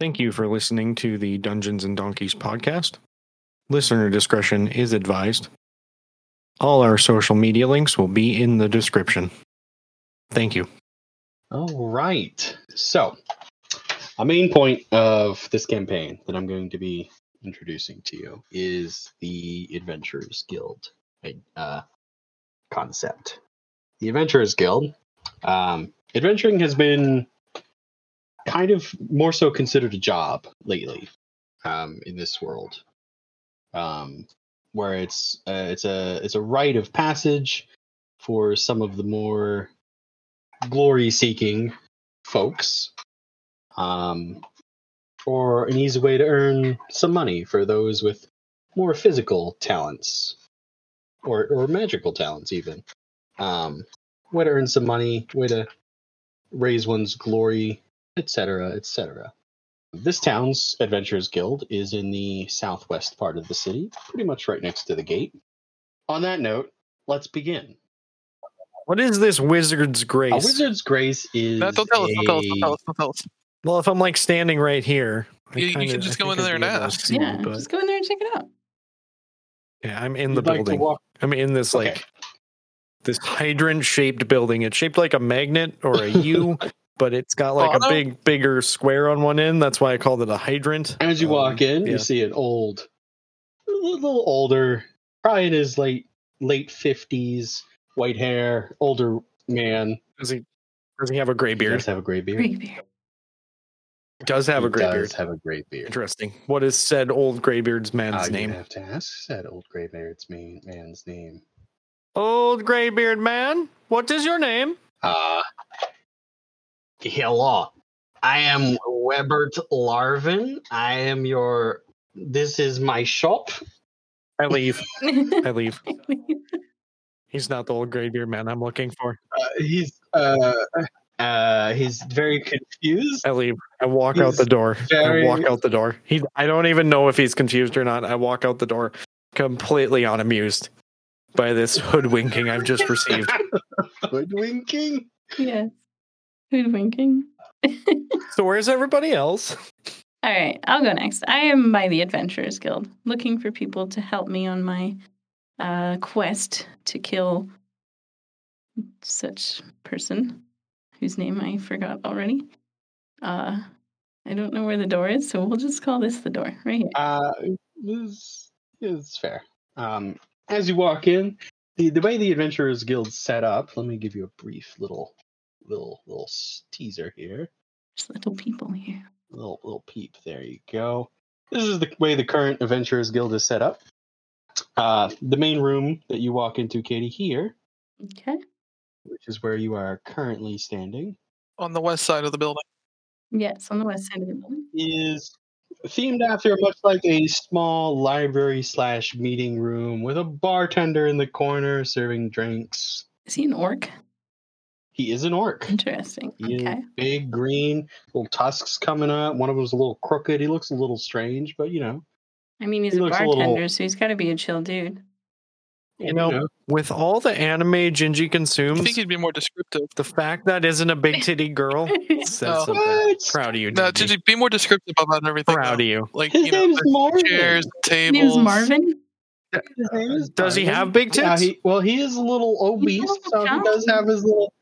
Thank you for listening to the Dungeons and Donkeys podcast. Listener discretion is advised. All our social media links will be in the description. Thank you. All right. So, a main point of this campaign that I'm going to be introducing to you is the Adventurers Guild uh, concept. The Adventurers Guild. Um, adventuring has been kind of more so considered a job lately um, in this world, um, where it's uh, it's a it's a rite of passage for some of the more glory seeking folks, um, or an easy way to earn some money for those with more physical talents or or magical talents even. Um, way to earn some money, way to raise one's glory etc., etc. This town's Adventurers Guild is in the southwest part of the city, pretty much right next to the gate. On that note, let's begin. What is this wizard's grace? A wizard's grace is. No, don't tell us, don't tell us, don't tell us, don't tell us. Well, if I'm like standing right here, I You- you kinda- can just I go think in I'd there be and able to ask. see, Yeah, but- just go in there and check it out. yeah, I'm in You'd the like to building. walk- I'm in this like Okay. this hydrant-shaped building. It's shaped like a magnet or a U, but it's got like a Follow? big, bigger square on one end. That's why I called it a hydrant. As you Um, walk in, yeah. you see an old, a little older, probably in his late late fifties, white hair, older man. Does he? Does he have a gray He beard? does have a gray beard. Great beer. Does have He a gray does beard. Have a gray beard. Interesting. What is said old graybeard's man's Uh, name? You have to ask that old gray beard's man, man's name. Old graybeard man, what is your name? Uh, hello. I am Webert Larvin. I am your. This is my shop. I leave. I leave. He's not the old graybeard man I'm looking for. Uh, he's uh, uh, he's very confused. I leave. I walk out He's the door. I very- walk out the door. He. I don't even know if he's confused or not. I walk out the door, completely unamused by this hoodwinking I've just received. Hoodwinking. yes. Food winking. so where's everybody else? All right, I'll go next. I am by the Adventurers Guild, looking for people to help me on my uh, quest to kill such person whose name I forgot already. Uh, I don't know where the door is, so we'll just call this the door right here. Uh, this is fair. Um, as you walk in, the, the way the Adventurers Guild's set up, let me give you a brief little, little, little s- teaser here. There's little people here. little little peep. There you go. This is the way the current Adventurers Guild is set up. Uh, the main room that you walk into, Katie, here, Okay. which is where you are currently standing, On the west side of the building. Yes, on the west side of the building. is themed after much like a small library slash meeting room with a bartender in the corner serving drinks. Is he an orc? He is an orc. Interesting. He is Mm, Okay. big, green, little tusks coming up. One of them's a little crooked. He looks a little strange, but you know, I mean, he's he a looks a bartender, little- so he's got to be a chill dude. You know, with all the anime Gingy I consumes, think he'd be more descriptive. the fact that isn't a big titty girl says No. something. What? Proud of you, No, Gingy. Gigi, be more descriptive about everything. Proud of you. though. Like, His you know, name is the Marvin. chairs, His tables. name's Marvin. His name is uh, Does he Marvin. have big Yeah, tits? he, well, he is a little He's obese, a little so he does have his little.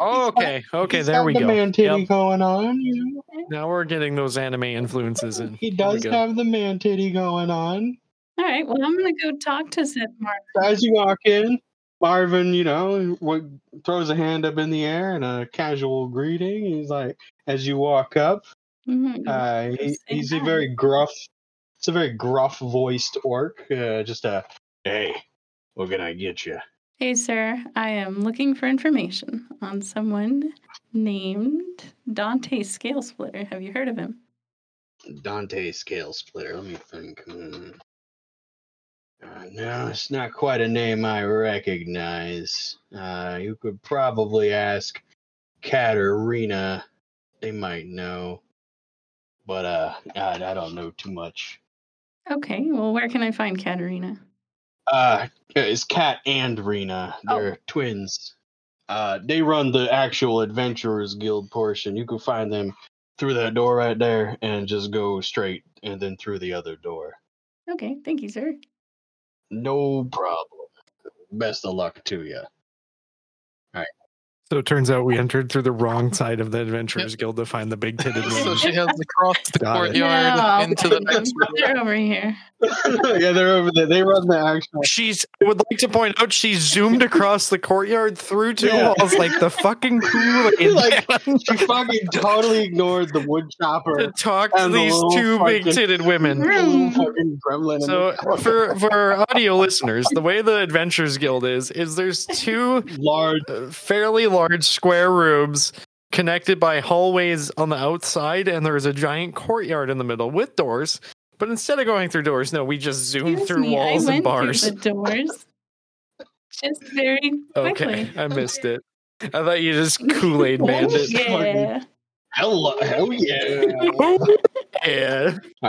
Oh, okay, okay, he's there got we the go. man titty Yep. going on. You Now we're getting those anime influences know? in. He Here we does go. have the man titty going on. All right. Well, I'm gonna go talk to Seth Marvin. As you walk in, Marvin, you know, what throws a hand up in the air and a casual greeting. He's like, as you walk up, I'm gonna go uh, Just he, say he's a hi. very gruff. It's a very gruff voiced orc. Uh, just a hey, we're gonna get you. Hey, sir, I am looking for information on someone named Dante Scale Splitter. Have you heard of him? Dante scale splitter. Let me think. Hmm. Uh, no, it's not quite a name I recognize. Uh, you could probably ask Katerina. They might know. But uh, I, I don't know too much. Okay, well, where can I find Katerina? Uh, it's Kat and Rena. They're twins. Uh, they run the actual Adventurers Guild portion. You can find them through that door right there and just go straight and then through the other door. Okay, thank you, sir. No problem. Best of luck to you. So it turns out we entered through the wrong side of the Adventurers Guild to find the big titted so woman. she heads across the Got it. courtyard No, into the next room. they're over here. yeah, they're over there. They run the actual. She's. I would like to point out she zoomed across the courtyard through two Yeah. walls like the fucking cool Like- man She fucking totally ignored the wood to chopper. talk to And the these little two big titted women. The little fucking gremlin. in So the corner. for for our audio listeners, the way the Adventures Guild is is there's two large. uh, fairly large square rooms connected by hallways on the outside, and there is a giant courtyard in the middle with doors. But instead of going through doors, no, we just zoom Excuse through me, I walls and went through bars. the doors. Just very quickly. Okay, I missed it. I thought you just Kool Aid Oh, bandit. shit. Yeah. Hello, hell yeah. Yeah. All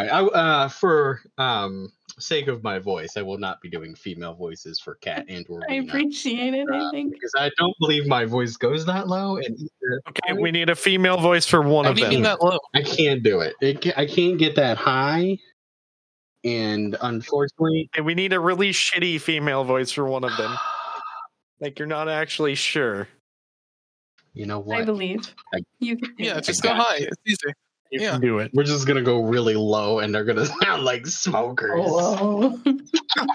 right. I, uh, for um sake of my voice, I will not be doing female voices for Cat and or I Lena, appreciate it, I Uh, think. because I don't believe my voice goes that low, and either Okay, we need a female voice for one I of How do them. you mean that low? I can't do it. it ca- I can't get that high, and unfortunately, Okay, we need a really shitty female voice for one of them. Like you're not actually sure. you know I what? believe. I- You can do Yeah, it. just go high. It's easy. You Yeah. can do it. We're just gonna go really low, and they're gonna sound like smokers. Oh, Whoa.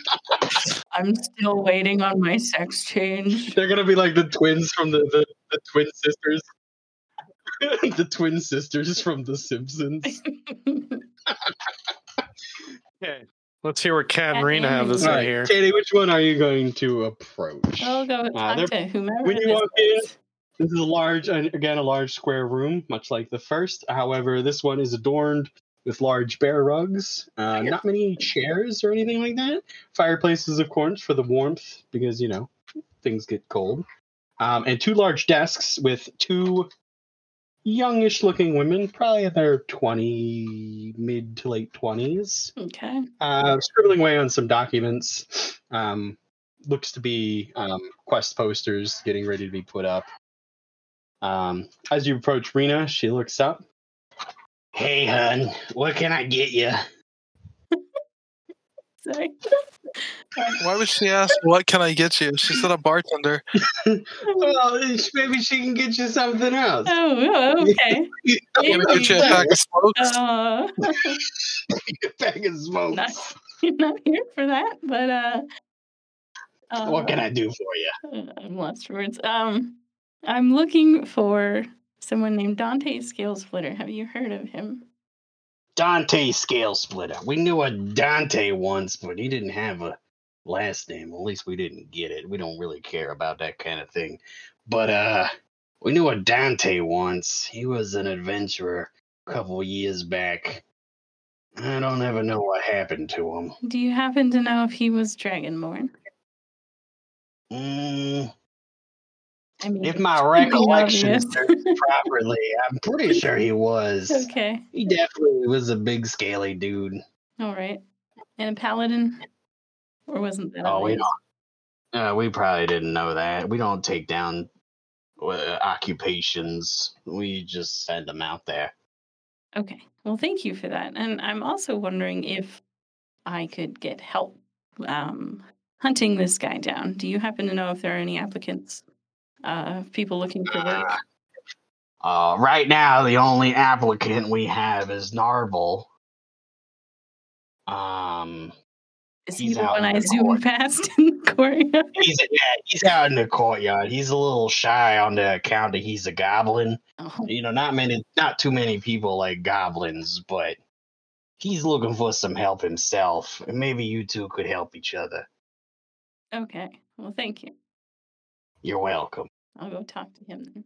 I'm still waiting on my sex change. They're gonna be like the twins from the the, the twin sisters. the twin sisters from The Simpsons. Okay. Let's hear what Kat and Kat Rena and have to Rena. say here. Katie, which one are you going to approach? I'll go talk Ah, they're- to whomever. when you Oh, this walk in- is. This is a large, and again, a large square room, much like the first. However, this one is adorned with large bear rugs. Uh, not many chairs or anything like that. Fireplaces, of course, for the warmth, because, you know, things get cold. Um, and two large desks with two youngish looking women, probably in their 20, mid to late 20s Okay. uh, scribbling away on some documents. Um, looks to be um, quest posters getting ready to be put up. Um, as you approach Rena, she looks up. Hey, hun, what can I get you? Sorry. Why would she ask, what can I get you? She's not a bartender. Well, it's- maybe she can get you something else. Oh, oh, okay. You know Yeah, I'm what gonna I'm get you a pack saying? of smokes. Uh, A bag of smokes. Nice. I'm not here for that, but uh, uh What can I do for you? uh, I'm lost for words. Um, I'm looking for someone named Dante Scales Flitter. Have you heard of him? Dante Scale Splitter. We knew a Dante once, but he didn't have a last name. At least we didn't get it. We don't really care about that kind of thing. But uh we knew a Dante once. He was an adventurer a couple years back. I don't ever know what happened to him. Do you happen to know if he was Dragonborn? Mm, I mean, if my pretty recollection obvious. serves properly, I'm pretty sure he was. okay. He definitely was a big scaly dude. All right. And a paladin? Or wasn't that? Oh, we obvious? don't. Uh, we probably didn't know that. We don't take down uh, occupations. We just send them out there. Okay. Well, thank you for that. And I'm also wondering if I could get help um, hunting this guy down. Do you happen to know if there are any applicants, uh, people looking for work? Uh, uh, right now, the only applicant we have is Narvel. Um, Is he he's the out one in I the zoom court. past in the courtyard? he's yeah, he's out in the courtyard. He's a little shy on the account that he's a goblin. Oh, You know, not many, not too many people like goblins, but he's looking for some help himself. And maybe you two could help each other. okay. Well, thank you. You're welcome. I'll go talk to him then.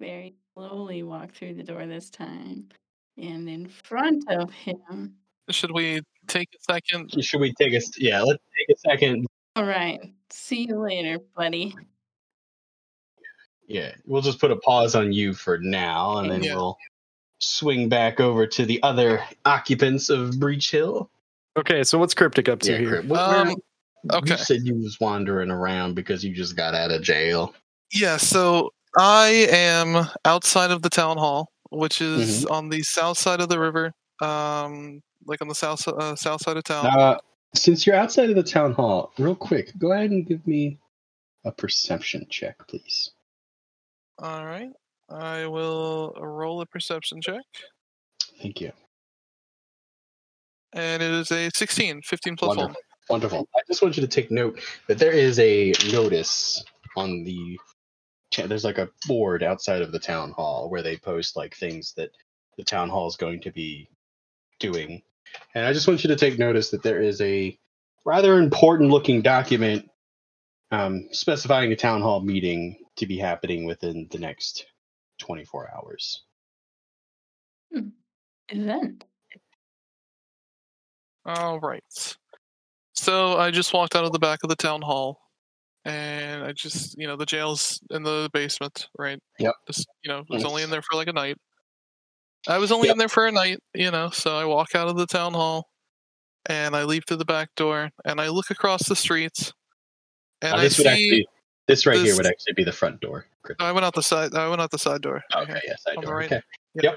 Very slowly walk through the door this time. And in front of him. Should we take a second? Should we take a s- yeah? Let's take a second. All right. See you later, buddy. Yeah, we'll just put a pause on you for now, and then Yeah. we'll swing back over to the other occupants of Breach Hill. Okay, so what's Cryptic up to Yeah, here? Crip, what- where- Um, okay. You said you was wandering around because you just got out of jail. Yeah, so I am outside of the town hall which is on the south side of the river, um, like on the south uh, south side of town. Uh, since you're outside of the town hall, real quick, go ahead and give me a perception check, please. All right, I will roll a perception check, Thank you. and it is a 16, 15 plus one. Wonderful. Wonderful. I just want you to take note that there is a notice on the. ta- There's like a board outside of the town hall where they post like things that the town hall is going to be doing. And I just want you to take notice that there is a rather important looking document um, specifying a town hall meeting to be happening within the next 24 hours. Hmm, Event. All right. So I just walked out of the back of the town hall, and I just, you know, the jail's in the basement, right? Yep. Just, you know, I was Mhm. only in there for like a night. I was only in there for a night, you know. So I walk out of the town hall, and I leave through the back door, and I look across the street, and Now, I this would see. actually, this right here this- would actually be the front door. Chris. I went out the side. I went out the side door. right Okay, here. yes, I on the do. right. Okay.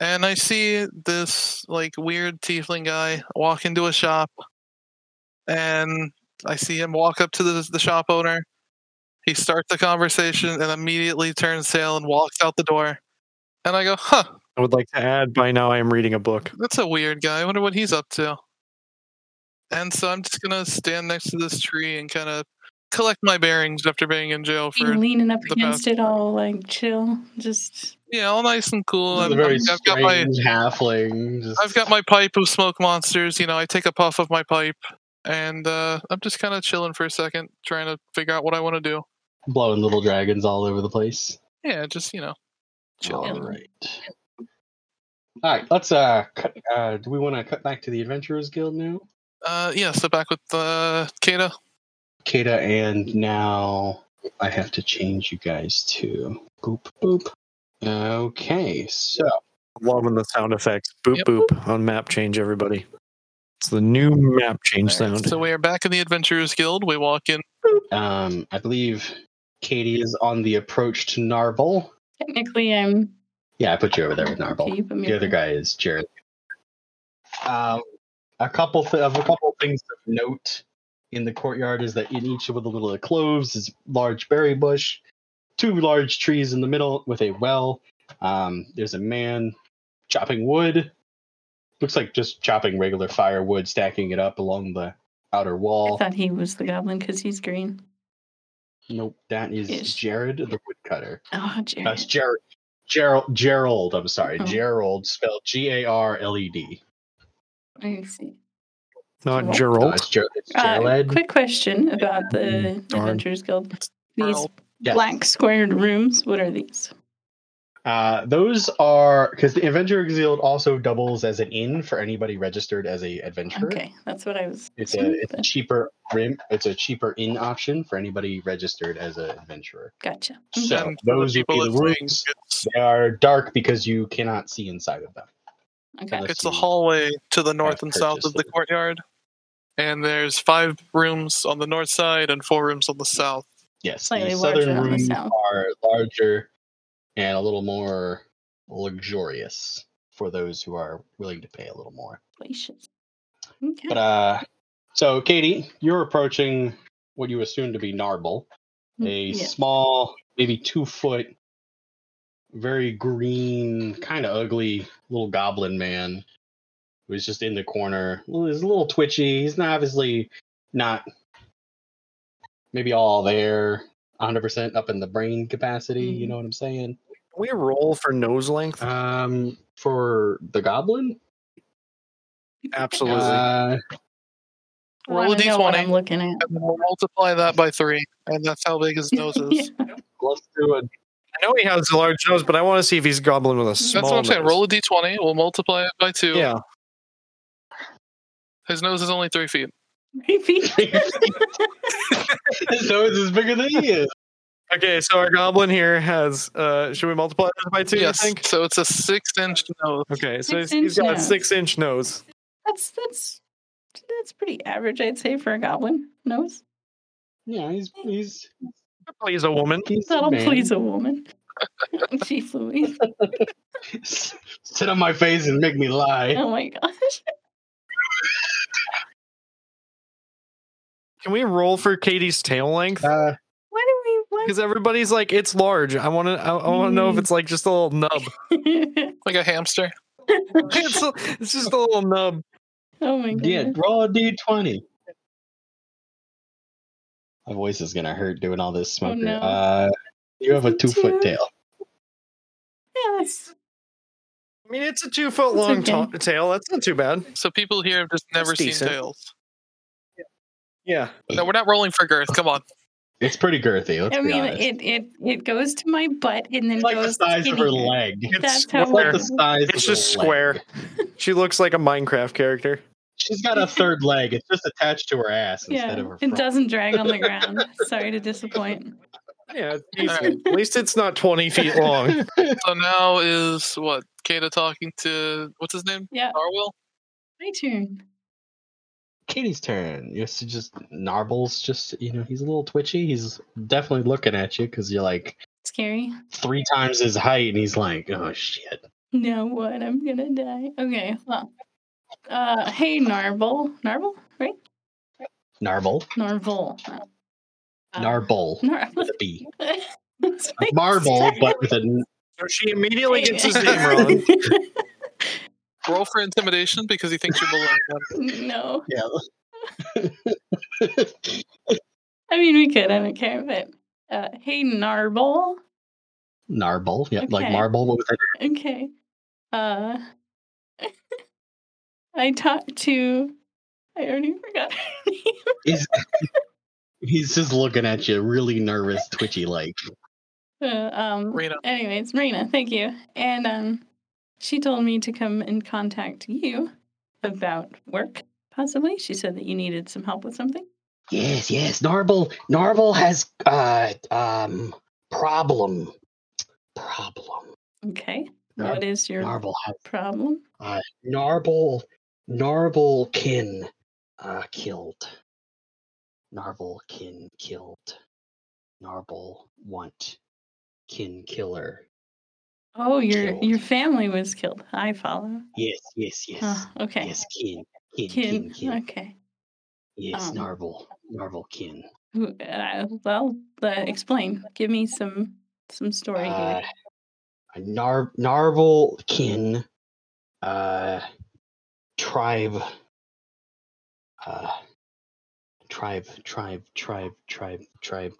and I see this like weird tiefling guy walk into a shop, and I see him walk up to the, the shop owner. He starts the conversation and immediately turns tail and walks out the door. And I go, "Huh, I would like to add by now I am reading a book. that's a weird guy. I wonder what he's up to." And so I'm just gonna stand next to this tree and kind of collect my bearings after being in jail Being for leaning up the against it, all like chill, just yeah, all nice and This cool. is I'm- a very I'm- I've got my strange halfling. just- I've got my pipe of smoke monsters. You know, I take a puff of my pipe, and uh, I'm just kind of chilling for a second, trying to figure out what I want to do. blowing little dragons all over the place. Yeah, just you know, Chill. All right. All right. Let's uh, cut, uh do we want to cut back to the Adventurers Guild now? uh, yeah. So back with uh, Kata. Kata and now I have to change you guys to boop boop. Okay, so Loving the sound effects. Boop Yep. boop on map change, everybody. It's the new map change sound. So we are back in the Adventurers Guild. We walk in. um, I believe Katie is on the approach to Narvel. technically I'm. Yeah, I put you over there with Narvel. Okay, you put me The other up. guy is Jared. Um, a couple th- of a couple things of note in the courtyard is that in each of the little cloves is a large berry bush, two large trees in the middle with a well. Um, there's a man chopping wood. Looks like just chopping regular firewood, stacking it up along the outer I wall. thought he was the goblin because he's green. Nope, that is Yes. Jared the woodcutter. Oh, Jared. That's Jared. Gerald, Gerald, I'm sorry, Oh. Gerald, spelled G A R L E D. I see. Not Cool. No, Gerald. it's Ger- it's Uh, Jared. quick question about the Mm, darn. Adventurers Guild. These Earl. Yes. black squared rooms, what are these? Uh, those are because the Adventure Guild also doubles as an inn for anybody registered as a adventurer. Okay, that's what I was. It's a it's a cheaper rim. It's a cheaper inn option for anybody registered as an adventurer. Gotcha. Mm-hmm. So And for the those would be people the listening, rooms. It's, They are dark because you cannot see inside of them. Okay. Let's it's the see. hallway to the north I've and south of purchased the it. courtyard, and there's five rooms on the north side and four rooms on the south. Yes, Slightly the southern larger on the rooms south. are larger and a little more luxurious for those who are willing to pay a little more. Delicious. Okay. But uh, so Katie, you're approaching what you assume to be Narble, a Mm, Yeah. small, maybe two foot, very green, kind of ugly little goblin man who's just in the corner. Well, He's a little twitchy. He's not obviously not maybe all there, 100% up in the brain capacity. You Mhm. know what I'm saying? Can we roll for nose length? Um, for the goblin, Absolutely. uh, I Roll a wanna know what D20. I'm looking at. And then we'll multiply that by three, and that's how big his nose is. Yeah. let's do a I know he has a large nose, but I want to see if he's goblin with a small That's what I'm saying. nose. Roll a d20. We'll multiply it by two. Yeah. His nose is only three feet. Creepy. His nose is bigger than he is. Okay, so our goblin here has uh should we multiply this by two, yes. you think? So it's a six inch nose. Okay, so he's, Six he's inch got a nose. six inch nose. That's that's that's pretty average, I'd say, for a goblin nose. Yeah, he's he's Please a woman. he's a That'll man. please a woman. Jeez Louise. Sit on my face and make me lie. Oh my gosh. Can we roll for Katie's tail length? Uh, Why do we why Because everybody's like, it's large. I want to. I, I want to know if Mm. it's like just a little nub. like a hamster. it's, a- it's just a little nub. oh my god. Yeah, raw D twenty. My voice is gonna hurt doing all this Oh, smoking. no. Uh you have a two foot Two? tail. Yes. I mean, it's a two foot It's long ta- okay. tail. That's not too bad. So people here have just That's never seen decent. tails. Yeah. No, we're not rolling for girth. Come on. It's pretty girthy, let's I be mean honest. it, it it goes to my butt and then it's like the goes size of her skinnier. leg. It's That's how It's like the we're- size of It's her just leg. square. She looks like a Minecraft character. She's got a third leg. It's just attached to her ass Yeah. instead of her It front. doesn't drag on the ground. Sorry to disappoint. Yeah, it's decent. At least it's not 20 feet long. So now is what? Kata talking to what's his name? Yeah. Narwhal? My turn. Katie's turn. You see just Narbles just you know, he's a little twitchy. He's definitely looking at you because you're like Scary. three times his height and he's like, Oh shit. Now what? I'm gonna die. Okay, well. Uh hey Narble. Narble? Right? Narble. Narvel. Uh, Narble. Nar- With a B. It's my Marble, but with a n- So she immediately Hey. gets his name wrong. Roll for intimidation because he thinks you belong. there. no. Yeah. I mean we could, I don't care, but uh hey Narble. Narble. Yeah, like Okay. marble. What was that? Okay. Uh I talked to I already forgot her name. He's, he's just looking at you, really nervous, twitchy like. Uh, um Rena. anyways, Marina, thank you. And um, she told me to come and contact you about work, possibly. She said that you needed some help with something. Yes, yes. Narble. Narble has uh um problem. Problem. Okay. Nar- What is your Narble has problem? uh Narble Narble kin uh killed. Narble kin killed. Narble want kin killer. Oh, your Killed. your family was killed. I follow. Yes, yes, yes. Oh, okay. Yes, kin. Kin, kin, Kin. kin. Okay. Yes, Um, Narble. Narble kin. Who- Uh, well, uh, explain. Give me some some story Uh, here. a Nar- Narvel kin uh, tribe. Uh, tribe, tribe, tribe, tribe, tribe.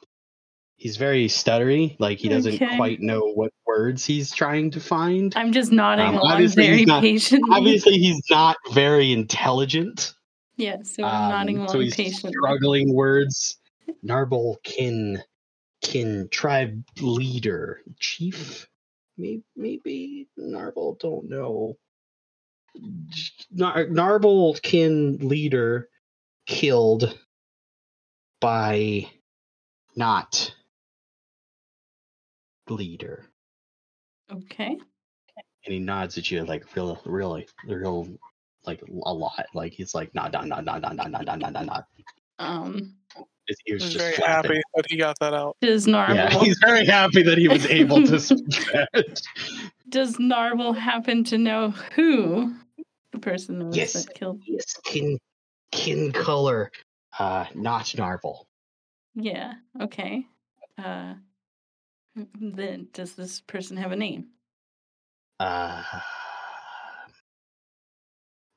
He's very stuttery. Like he doesn't Okay. quite know what words he's trying to find. I'm just nodding um, along obviously very he's not- patiently. Obviously, he's not very intelligent. Yes, so I'm Um, nodding along so he's patiently. struggling words. Narble kin, kin tribe leader, chief, maybe, maybe Narble. Don't know. Nar- Narble kin leader killed by not leader. Okay. And he nods at you like real, really, real, like a lot. Like he's like, nah, nah, nah, nah, nah, nah, nah, nah, nah, nah, nah. Um, His ears He's just very flapping. happy that he got that out. does Narvel Yeah, he's very happy that he was able to speak that. Does Narvel happen to know who the person was Yes. that killed? Yes, kin, kin color, uh, not narval. Yeah. Okay. Uh, then does this person have a name? Uh,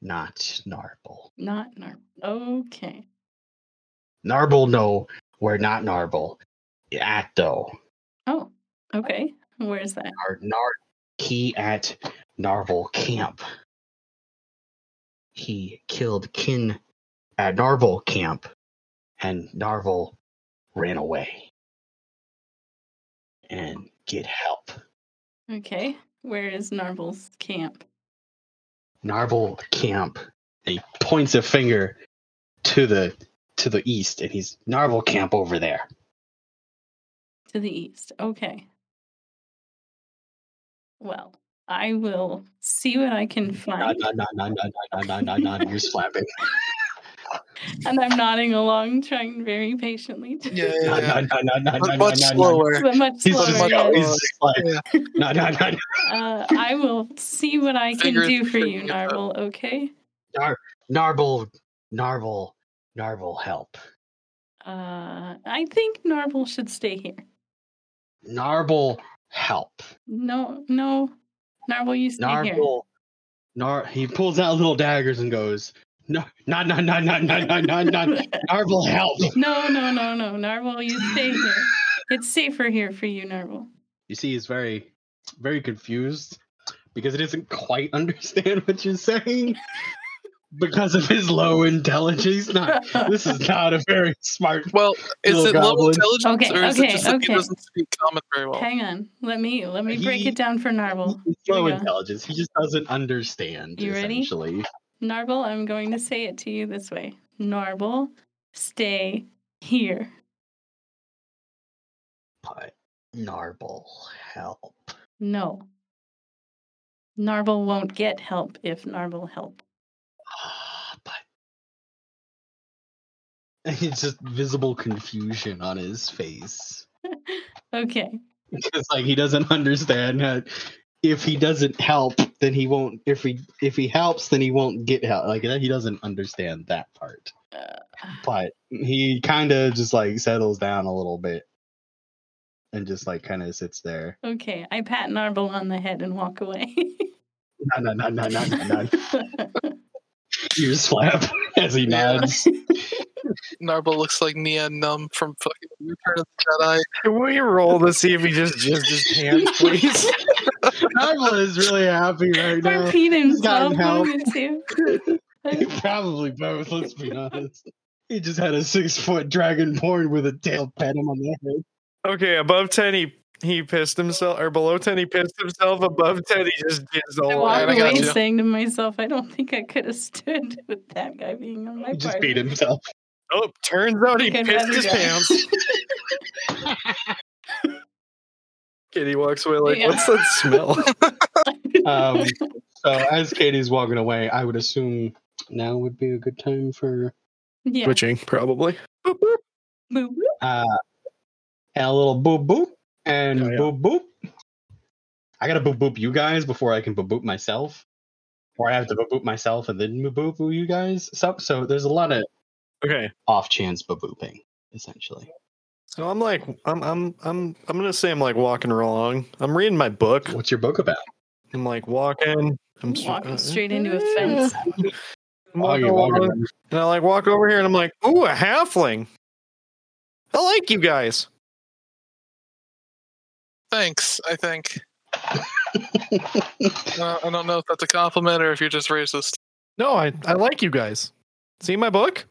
not narval. Not Narvel. Okay. Narval, no, we're not narval. At though, Oh. Okay. Where's that? our nar, he at narval camp. He killed kin at narval camp, and narval ran away. And get help. Okay. Where is Narvel's camp? Narvel camp. And he points a finger to the to the east, and he's Narvel camp over there. To the east. Okay. Well, I will see what I can Nod, find. nod, nod, nod, nod, nod, nod, nod, nod, nod, Ears flapping. and I'm nodding along, trying very patiently to Yeah, No, yeah, yeah. no, no, no, no, no, But much no, no, no. slower. but much He's just, slower. much- yeah. no, he's just like, Yeah. no, no, no, no, Uh, I will see what I can Figures do for should you, get that. Narvel. Okay. Narble, Narble, Narble, help. Uh, I think Narvel should stay here. Narble, help. No, no, Narvel, you stay here. Narble, Nar. He pulls out little daggers and goes, no, no, no, no, no, no, no, no, no. Narble, help. No, no, no, no, Narvel, you stay here. It's safer here for you, Narvel. You see, he's very, very confused because he doesn't quite understand what you're saying because of his low intelligence. Not this is not a very smart. Well, is Little it low goblin. intelligence Okay, or is okay, it just that okay. he doesn't speak common very well? Hang on. Let me let me break He- it down for Narvel. He's Here we low go. intelligence. He just doesn't understand. You ready? essentially. Narvel, I'm going to say it to you this way. Narvel, stay here. But Narble, help. No. Narvel won't get help if Narvel help. Ah, but it's just visible confusion on his face. Okay. because like he doesn't understand that if he doesn't help then he won't if he if he helps then he won't get help like that he doesn't understand that part but he kind of just like settles down a little bit and just like kind of sits there Okay. I pat Narvel on the head and walk away. no no no no no no ear slap as he Yeah. nods Narble looks like Nia Numb from fucking Return of the Jedi. Can we roll to see if he just jizzed his pants, please? Narvel is really happy right or now Pete gotten himself help. won't it too. probably both let's be honest he just had a six foot dragonborn with a tail pat him on the head Okay, above ten he he pissed himself, or below ten he pissed himself. Above ten he just jizzed Oh, I all walk Alright, I over. got away you. saying to myself, I don't think I could have stood with that guy being on my He just party. beat himself. Oh, turns out he Think I'd pissed rather his die. pants. Kitty walks away like, Yeah. what's that smell? Um, so as Katie's walking away, I would assume now would be a good time for yeah. Twitching, probably. Boop, boop. uh, a little boop boop and Oh, yeah. boop boop. I gotta boop boop you guys before I can boop boop myself, or I have to boop boop myself and then boop boop boop you guys. So, so there's a lot of Okay, off chance boop booping essentially. so I'm like, I'm, I'm, I'm, I'm gonna say I'm like walking along. I'm reading my book. What's your book about? I'm like walking. I'm s- Walking uh, straight into a fence. I'm Oh, walking you're walking. along, and I like walk over here, and I'm like, ooh, a halfling. I like you guys. Thanks, I think. Uh, I don't know if that's a compliment or if you're just racist. No, I, I like you guys. See my book?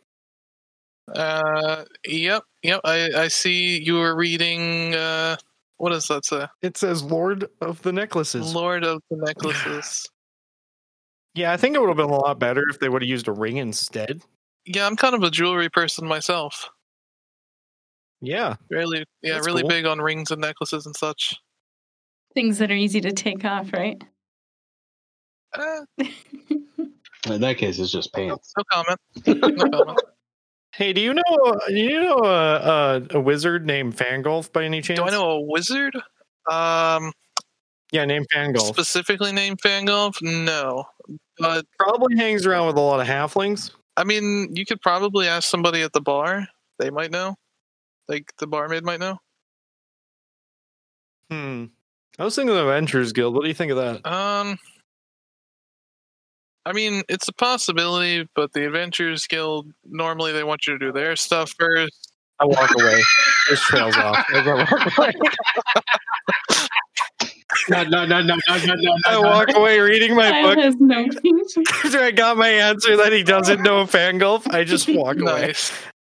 Uh, yep, yep. I, I see you were reading. Uh, what does that say? It says Lord of the Necklaces. Lord of the Necklaces. Yeah, I think it would have been a lot better if they would have used a ring instead. Yeah, I'm kind of a jewelry person myself. Yeah. Really, yeah, That's really cool. big on rings and necklaces and such. Things that are easy to take off, right? Uh, In that case, it's just pants. no comment. No comment. Hey, do you know do you know a, a, a wizard named Fangolf by any chance? Do I know a wizard? Um, Yeah, named Fangolf. specifically named Fangolf? No, but Probably hangs around with a lot of halflings. I mean, you could probably ask somebody at the bar. They might know. Like the barmaid might know. Hmm. I was thinking of the Adventurers Guild. What do you think of that? Um, I mean, it's a possibility, but the Adventurers Guild normally they want you to do their stuff first. I walk away. This trails off. No, no, no, no, no, no, no. I walk away reading my Kyle book. has no After I got my answer that he doesn't know Fangolf, I just walk away. Nice.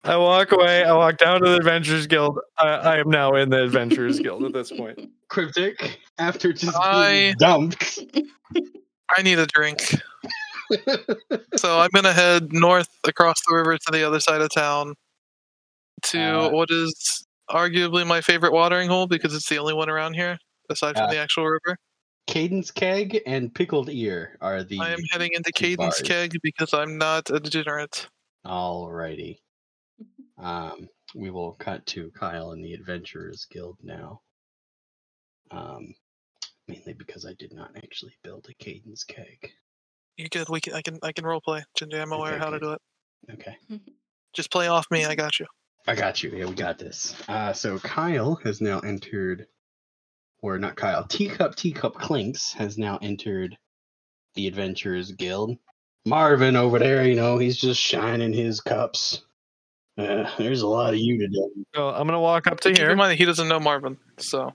I walk away. I walk down to the Adventurers Guild. I, I am now in the Adventurers Guild at this point. cryptic after just I- being dumped. I need a drink. so I'm gonna head north across the river to the other side of town to Uh, what is arguably my favorite watering hole because it's the only one around here aside from Uh, the actual river. Cadence keg and pickled ear are the I am heading into Cadence bars. Keg because I'm not a degenerate. Alrighty. Um, we will cut to Kyle and the Adventurers Guild now. Um, mainly because I did not actually build a cadence keg. You good? We can. I can. I can roleplay. Ginger, I'm aware Okay, how to good. do it. Okay. Just play off me. I got you. I got you. Yeah, we got this. Uh, so Kyle has now entered, or not Kyle, Teacup Teacup Clinks has now entered the Adventurers Guild. Marvin over there, you know, he's just shining his cups. Uh, there's a lot of you to do. So I'm gonna walk up to Keep in here, mind that he doesn't know Marvin, so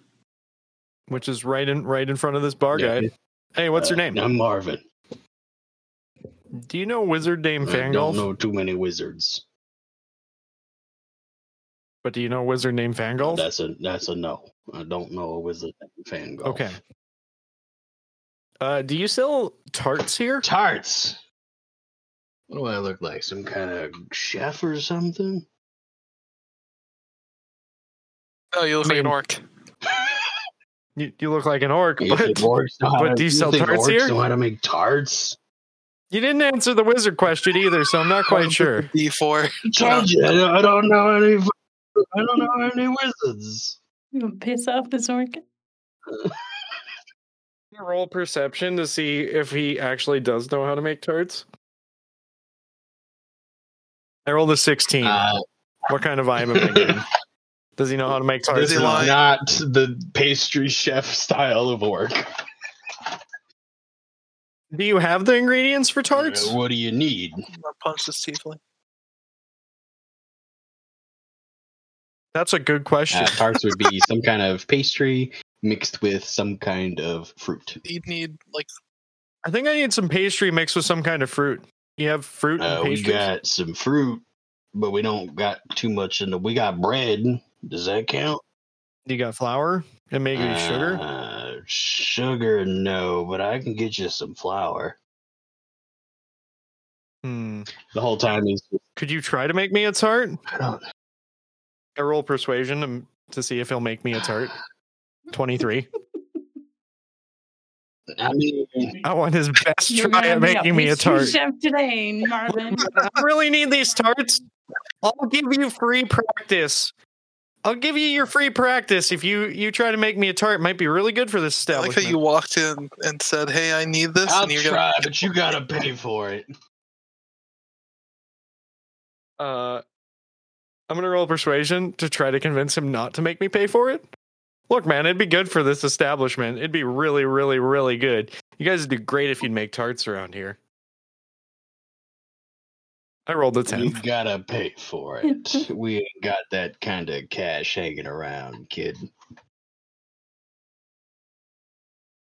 which is right in right in front of this bar Yeah, guy. Hey, what's your uh, name? I'm Marvin. Do you know a wizard named I don't Fangolf? know too many wizards. But do you know a wizard named Fangolf? That's a that's a no. I don't know a wizard fan golf. Okay. Uh, do you sell tarts here? Tarts. What do I look like? Some kind of chef or something? oh, you look I like an mean, orc. You, you look like an orc, You but think orcs know how but to- do you sell think tarts orcs here? Know how to make tarts? you didn't answer the wizard question either, so I'm not quite sure. D four. I told you, I don't, I don't know any. fu- I don't know any wizards. You gonna piss off this orc? Roll perception to see if he actually does know how to make tarts. I rolled a 16. Uh, what kind of vibe am I getting? Does he know how to make tarts? this he is or not? lying? not the pastry chef style of orc. Do you have the ingredients for tarts? Uh, What do you need? Punch this tiefling. That's a good question. Uh, tarts would be some kind of pastry mixed with some kind of fruit. You'd need like I think I need some pastry mixed with some kind of fruit. You have fruit Uh, and we pastries? got some fruit, but we don't got too much in the. We got bread. Does that count? you got flour and maybe sugar? Uh, Sugar, no, but I can get you some flour. Hmm. The whole time he's. Could you try to make me a tart? I don't I roll persuasion to, to see if he'll make me a tart. 23. I mean, I want his best You're try gonna at be making me a pastry tart. chef today, Marvin. I really need these tarts. I'll give you free practice. I'll give you your free practice if you you try to make me a tart. Might be really good for this I like establishment. that you walked in and said, "Hey, I need this," I'll and you're try, but you gotta pay for it. uh, I'm gonna roll persuasion to try to convince him not to make me pay for it. Look, man, it'd be good for this establishment. It'd be really, really, really good. You guys would do great if you'd make tarts around here. I rolled a You ten. gotta pay for it. we ain't got that kind of cash hanging around, kid.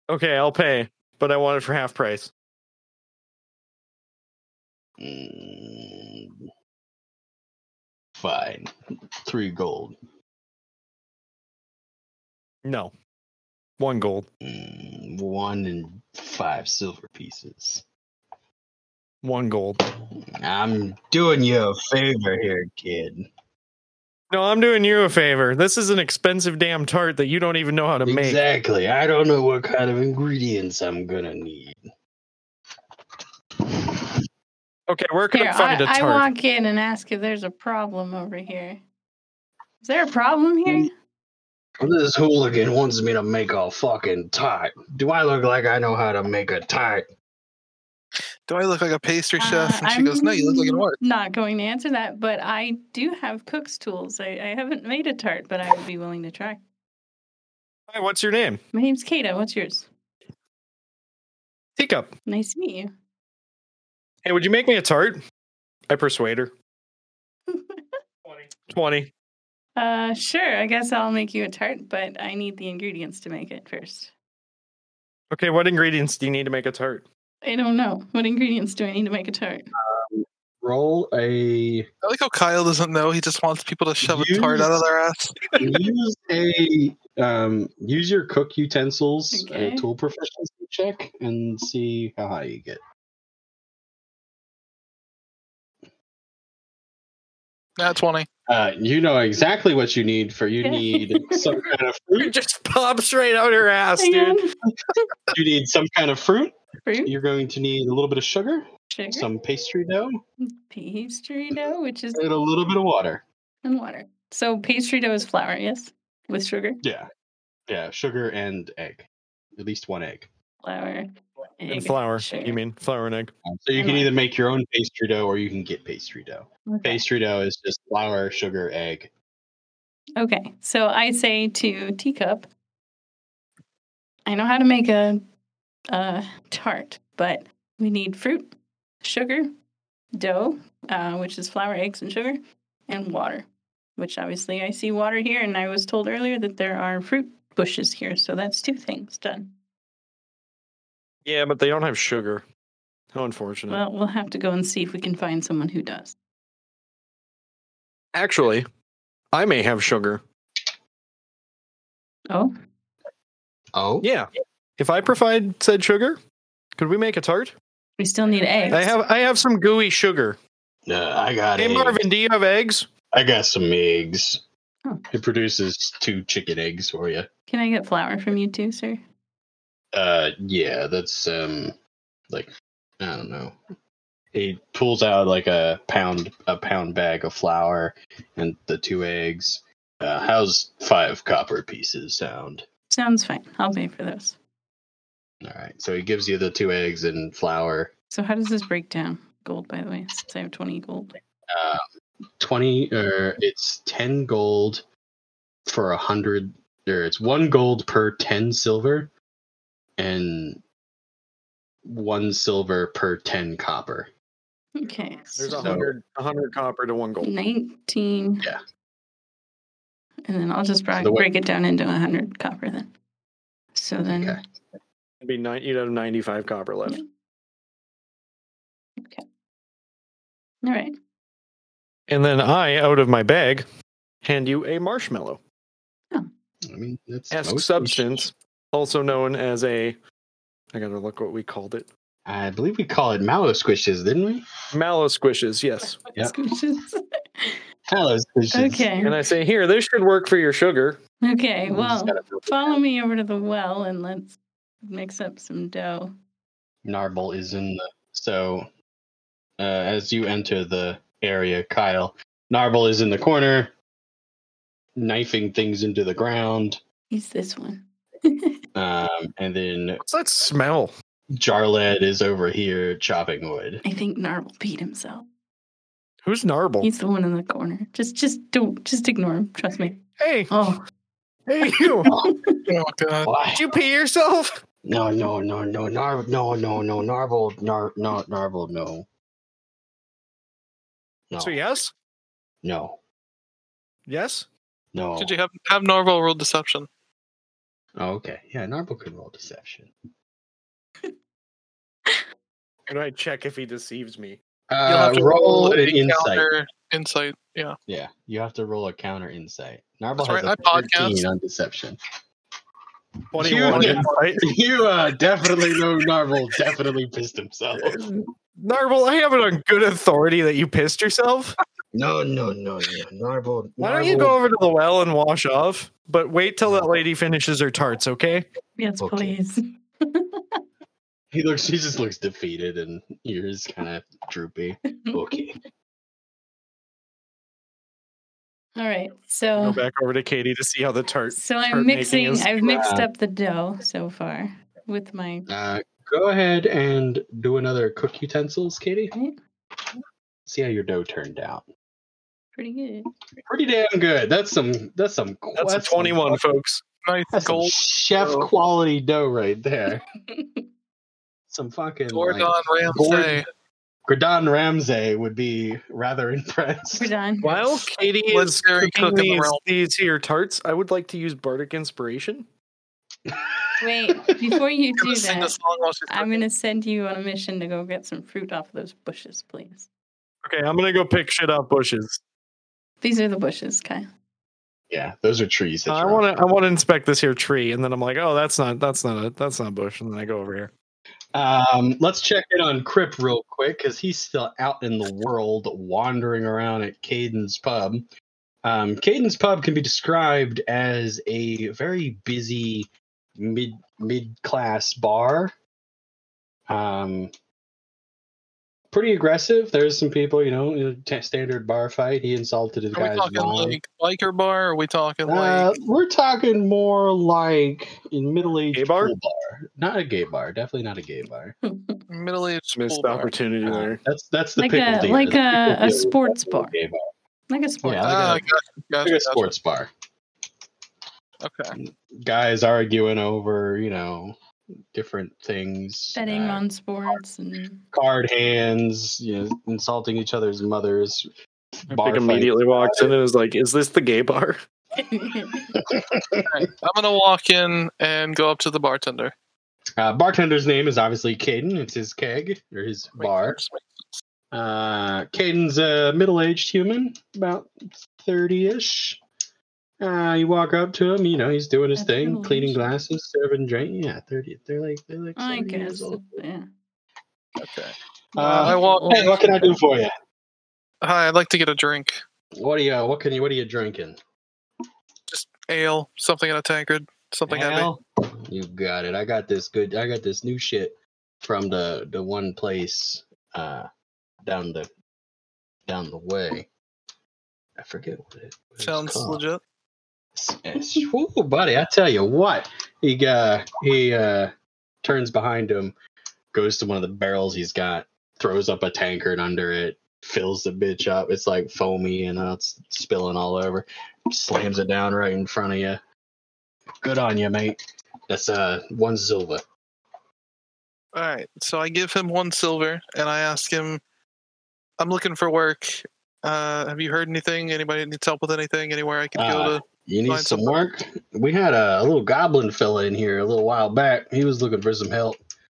Okay, I'll pay, but I want it for half price. Mm. Fine, three gold. No, one gold, Mm, one and five silver pieces. one gold. I'm doing you a favor here, kid. No, I'm doing you a favor. This is an expensive damn tart that you don't even know how to make. Exactly. I don't know what kind of ingredients I'm gonna need. Okay, where can Here, I find a I, I tart? walk in and ask if there's a problem over here. Is there a problem Mm, here? This hooligan wants me to make a fucking tart. Do I look like I know how to make a tart? "Do I look like a pastry Uh, chef?" And she goes, "No, you look like an I'm orc." Not going to answer that, but I do have cook's tools. I, I haven't made a tart, but I would be willing to try. Hi, what's your name? My name's Kata. What's yours? Teacup. Nice to meet you. Hey, would you make me a tart? I persuade her. 20. Uh, sure. I guess I'll make you a tart, but I need the ingredients to make it first. Okay, what ingredients do you need to make a tart? I don't know. What ingredients do I need to make a tart? Roll a I like how Kyle doesn't know. He just wants people to shove a tart out of their ass. use a um use your cook utensils Okay. a tool proficiency check and see how high you get. That's twenty. Uh, you know exactly what you need for you Okay. need some kind of fruit. just pops right out her ass, Hang on. You need some kind of fruit. Fruit, You're going to need a little bit of sugar, sugar, some pastry dough, pastry dough, which is and a little bit of water. and water. So pastry dough is flour, yes, with sugar, Yeah. Yeah, sugar and egg. At least one egg. flour, And egg, flour. sugar. You mean flour and egg? Um, So you I can like- either make your own pastry dough or you can get pastry dough. Okay. Pastry dough is just flour, sugar, egg. Okay, so I say to Teacup, I know how to make a, a tart, but we need fruit, sugar, dough, uh, which is flour, eggs, and sugar, and water, which obviously I see water here, and I was told earlier that there are fruit bushes here, so that's two things done. Yeah, but they don't have sugar. How unfortunate. Well, we'll have to go and see if we can find someone who does. Actually, I may have sugar. Oh, Oh? Yeah. If I provide said sugar, could we make a tart? we still need eggs. I have I have some gooey sugar. Uh, I got Hey eggs. Marvin, do you have eggs? I got some eggs. Oh. It produces two chicken eggs for you. Can I get flour from you too, sir? Uh, yeah, that's um, like I don't know. He pulls out like a pound a pound bag of flour and the two eggs. Uh, how's five copper pieces sound? Sounds fine. I'll pay for those. All right, so he gives you the two eggs and flour. So how does this break down? Gold, by the way, since I have twenty gold. Twenty or it's ten gold for a hundred. Or it's one gold per ten silver, and one silver per ten copper. Okay. There's so a hundred a hundred copper to one gold. nineteen. Yeah. And then I'll just break, the way- break it down into a hundred copper then. So then Okay. It'd be nine you'd have ninety five copper left. all right. And then I, out of my bag, hand you a marshmallow. I mean, that's Ask mostly- substance, also known as a I gotta look what we called it. I believe we call it mallow squishes, didn't we? Mallow squishes, yes. Yep. Scooches. Mallow squishes. And okay. I say, here, this should work for your sugar. Okay. We just Well, gotta build it follow up. me over to the well and let's mix up some dough. Narble is in the so. Uh, as you enter the area, Kyle, Narble is in the corner, knifing things into the ground, He's this one. um, and then What's that smell? Jarled is over here chopping wood. I think Narble beat himself. Who's Narble? He's the one in the corner. Just, just don't, just ignore him. Trust me. hey, Oh, hey you. Oh god. Why? Did you pee yourself? No, no, no, no, Nar, no, no, no, Narble, Nar, no, Narble, no, no, So yes? no, Yes? no. Did you have have Narvel roll deception? Oh, okay. Yeah, Narble can roll deception. And I check if he deceives me. You'll Uh, roll an insight. counter insight. Yeah. Yeah, you have to roll a counter insight. Narble That's has right, a I podcast. 13 on deception. What You did. right? You uh, definitely know Narble definitely pissed himself. Narble, I have it on good authority that you pissed yourself. No, no, no, no. Narble. Why don't you go over to the well and wash off? But wait till that lady finishes her tarts, okay? yes, Okay. please. He looks. He just looks defeated and ears kind of droopy. Okay. All right. Go Uh, So back over to Katie to see how the tart. so start I'm making mixing is I've mixed uh, up the dough so far with my Uh, go ahead and do another cook utensils, Katie. Right. See how your dough turned out. pretty good. Pretty damn good. That's some. That's some. That's a that's some 21, folks. Nice That's some gold chef quality dough right there. some fucking Gordon like, Ramsay. Gordon Ramsay would be rather impressed. We're done. While Katie is Legendary cooking cook in the these, realm. these here tarts, I would like to use Bardic Inspiration. Wait, before you Gonna do sing a that, song while she's I'm cooking. gonna send you on a mission to go get some fruit off those bushes, please. Okay, I'm gonna go pick shit out bushes. These are the bushes, Kyle. Yeah, those are trees. That I you're on. want to. I want to inspect this here tree, and then I'm like, oh, that's not. That's not a. That's not a bush. And then I go over here. Um, let's check in on Crip real quick because he's still out in the world wandering around at Caden's Pub. Um, Caden's Pub can be described as a very busy mid mid class bar Um, pretty aggressive. There's some people, you know, you know, t- standard bar fight. He insulted his Are we guy's talking mom. like biker bar? Are we talking Uh, like we're talking more like in middle aged Gay bar? pool bar, not a gay bar. Definitely not a gay bar. middle aged Missed pool bar? opportunity Uh, there. that's that's the Like pickle a- deer. like The a- pickle a deer is sports definitely a bar. gay bar. like a sport. Yeah, like Ah, a- gotcha, gotcha, Like a gotcha. sports bar. Okay. Guys arguing over you know different things. Betting uh, on sports and card hands, you know, insulting each other's mothers. Big fights. immediately walks in and is like, "Is this the gay bar?" Alright, I'm gonna walk in and go up to the bartender. Uh, bartender's name is obviously Caden. It's his keg or his Wait, bar. first, wait. Uh, Caden's a middle-aged human, about thirty-ish. Uh, you walk up to him, you know, he's doing his That's thing, cleaning middle-aged. glasses, serving drink. Yeah, thirty. They're like, they're like. I 30 years guess old. yeah. Okay. Uh, I walk Hey, what can I do for you? Hi, I'd like to get a drink. What are you? What can you? What are you drinking? Ale, something in a tankard, something heavy. Al, Oh, you got it. I got this good. I got this new shit from the the one place uh down the down the way. I forget what it what it's Sounds called. legit. It's- it's- Ooh, buddy, I tell you what. He uh, he uh turns behind him, goes to one of the barrels he's got, throws up a tankard under it, fills the bitch up. It's like foamy and uh, it's spilling all over. Slams it down right in front of you. Good on you, mate. That's uh one silver. All right. So I give him one silver and I ask him, I'm looking for work. Uh, have you heard anything? Anybody needs help with anything? Anywhere I can Uh, go to? You need Find some something. work? We had a, a little goblin fella in here a little while back. He was looking for some help.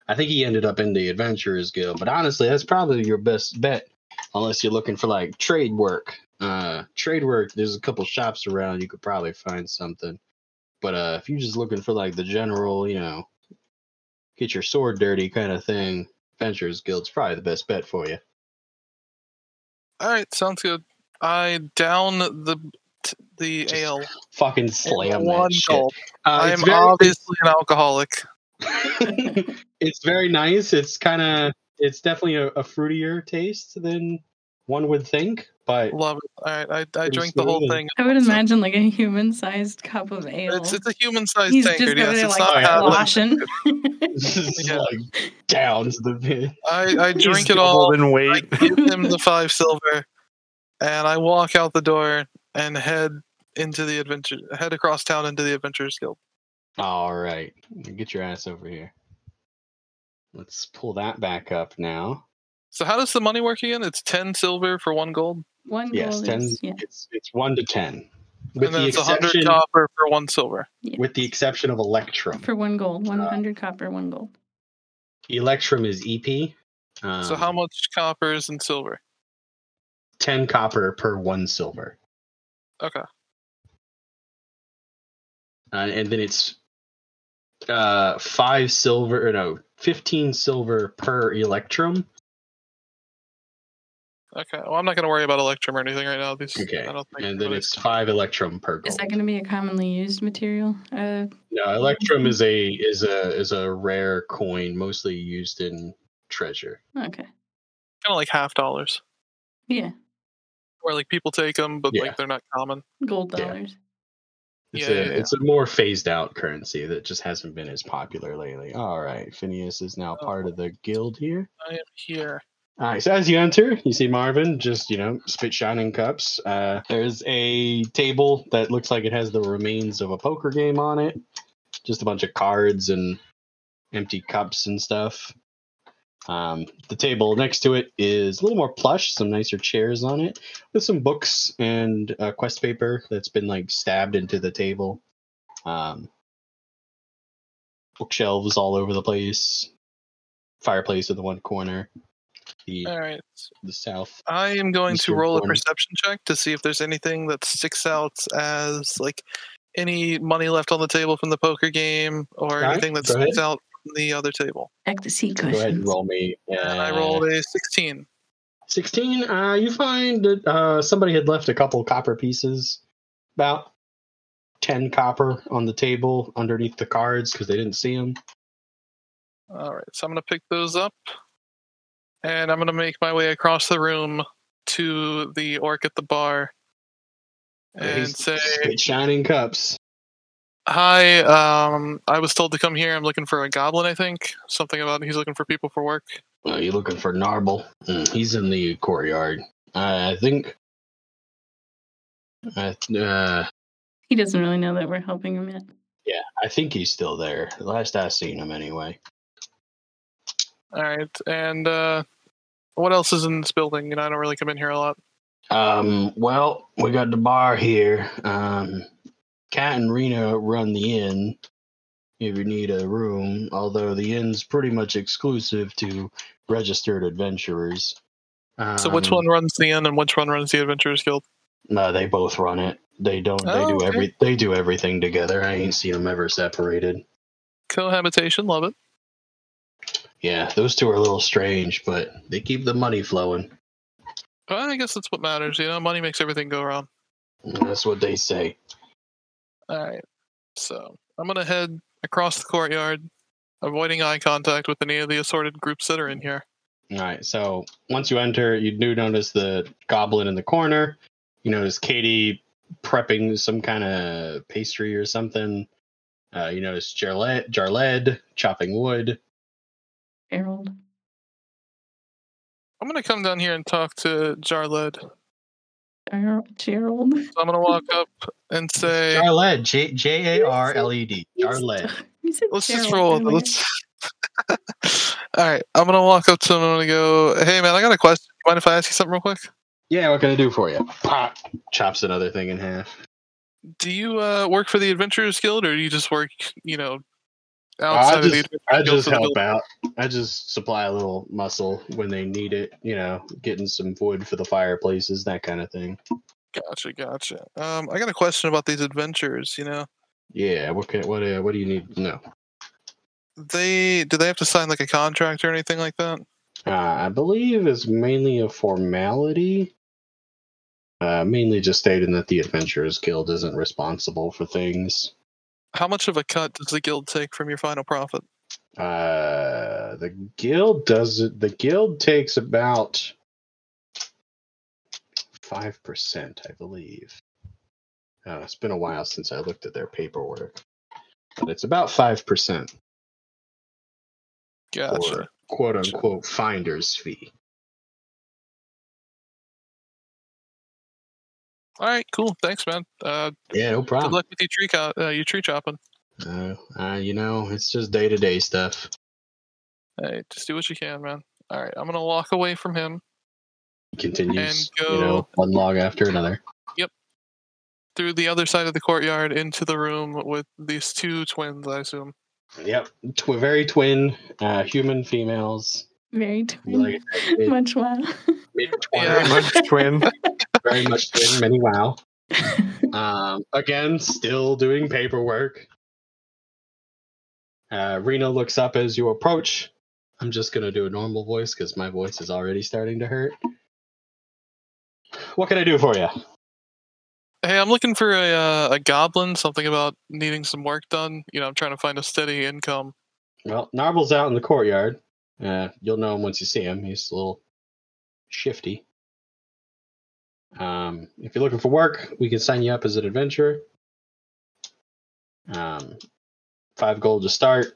I think he ended up in the Adventurers Guild, but honestly, that's probably your best bet, unless you're looking for like trade work. Uh, trade work. There's a couple shops around. You could probably find something. But uh, if you're just looking for like the general, you know, get your sword dirty kind of thing, Adventurers Guild's probably the best bet for you. All right. Sounds good. I down the t- the Just ale. Fucking in slam one that shit. gulp. Uh, I it's am very- obviously an alcoholic. it's very nice. It's kind of it's definitely a, a fruitier taste than one would think, but Love it. All right. I, I Pretty drink the whole smooth. thing. I would imagine like a human-sized cup of ale. It's, it's a human sized He's just tankard. over Yes, there it's like not Oh, that. much. sloshing. it's just, Yeah. like down to the pit. I, I drink He's it all. doubled in I weight. give him the five silver, and I walk out the door and head into the adventure, head across town into the Adventurers Guild. All right, get your ass over here. Let's pull that back up now. So how does the money work again? It's ten silver for one gold, One Yes, gold ten. is yeah. It's it's one to ten, with and then the it's a hundred exception copper for one silver. yeah. with the exception of Electrum. for one gold, one Uh, hundred copper, one gold. Electrum is EP. Um, so how much copper is in silver? Ten copper per one silver. Okay. uh, and then it's uh five silver or no 15 silver per electrum Okay. Well, I'm not going to worry about electrum or anything right now. These, Okay, I don't and think then anybody's- it's five electrum per gold Is that going to be a commonly used material? Uh, no electrum is a is a is a rare coin mostly used in treasure okay, kind of like half dollars, yeah, where like people take them, but Yeah. like they're not common. gold Yeah. dollars. it's a Yeah, yeah, it's a more phased out currency that just hasn't been as popular lately all right phineas is Oh. now part of the guild here I am here. All right, so as you enter, you see Marvin just, you know, spit shining cups. Uh, there's a table that looks like it has the remains of a poker game on it. Just a bunch of cards and empty cups and stuff. Um, the table next to it is a little more plush, some nicer chairs on it, with some books and uh, quest paper that's been like stabbed into the table. Um, bookshelves all over the place, fireplace in the one corner. The All right. the south. I am going Mr. to roll a Gordon. perception check to see if there's anything that sticks out as like any money left on the table from the poker game or right, anything that go ahead. sticks out from the other table. Ecstasy Go ahead and cushions. roll me. And I uh, rolled a 16. 16. Uh, you find that uh, somebody had left a couple copper pieces, about 10 copper on the table underneath the cards because they didn't see them. All right, so I'm going to pick those up. And I'm going to make my way across the room to the orc at the bar and He's say, spit shining cups. Hi, um, I was told to come here. I'm looking for a goblin, I think. Something about he's looking for people for work. Uh, you looking for Narble? Mm, he's in the courtyard. I think. I th- uh, He doesn't really know that we're helping him yet. yeah, I think he's still there. Last I seen him, anyway. All right, and uh, what else is in this building? You know, I don't really come in here a lot. Um, well, we got the bar here. Um, Kat and Rena run the inn. If you need a room, although the inn's pretty much exclusive to registered adventurers. So, which Um, one runs the inn and which one runs the Adventurers Guild? No, they both run it. They don't. They Oh, do okay. every. They do everything together. I ain't seen them ever separated. Cohabitation, love it. Yeah, those two are a little strange, but they keep the money flowing. But I guess that's what matters. You know, money makes everything go wrong. That's what they say. All right, so I'm gonna head across the courtyard, avoiding eye contact with any of the assorted groups that are in here. All right. So once you enter, you do notice the goblin in the corner. You notice Katie prepping some kind of pastry or something. Uh, you notice Jarled, Jarled chopping wood. Harold. I'm gonna come down here and talk to Jarled. Har- Gerald. So I'm gonna walk up and say, Jarled, J J A R L E D. Jarled. You said "Let's just Gerald roll with it. earlier. Let's." All right, I'm gonna walk up to him. and I'm gonna go, "Hey, man, I got a question. Mind if I ask you something real quick? Yeah, what can I do for you? Pop chops another thing in half. Do you uh, work for the Adventurers Guild, or do you just work, you know, I outside of the just- I Guild just for the help building. out. I just supply a little muscle when they need it, you know, getting some wood for the fireplaces, that kind of thing. Gotcha, gotcha. Um, I got a question about these adventures. You know, Yeah, what can what uh, what do you need to know? they do they have to sign like a contract or anything like that? Uh, I believe it's mainly a formality. Uh, mainly just stating that the Adventurers Guild isn't responsible for things. How much of a cut does the guild take from your final profit? Uh, the guild does it. The guild takes about five percent, I believe. Uh, it's been a while since I looked at their paperwork, but it's about five percent Gotcha. for quote Gotcha. unquote finder's fee. All right, cool. Thanks, man. Uh, Yeah, no good problem. luck with your tree co- uh, your tree chopping. Uh, uh, you know, it's just day to day stuff. Hey, just do what you can, man. All right, I'm gonna walk away from him It continues, And you know, go- one log after another. through the other side of the courtyard into the room with these two twins. I assume. Yep, tw- very twin, uh, human females. Very twin. Like, it- Much wow. mid Yeah. Very much twin. very much twin, many wow. Um, again, still doing paperwork. Uh, Rena looks up as you approach. I'm just gonna do a normal voice because my voice is already starting to hurt. What can I do for you? Hey, I'm looking for a uh, a goblin. Something about needing some work done. You know, I'm trying to find a steady income. Well, Narble's out in the courtyard. Uh, you'll know him once you see him. He's a little shifty. Um, if you're looking for work, we can sign you up as an adventurer. Um, five gold to start.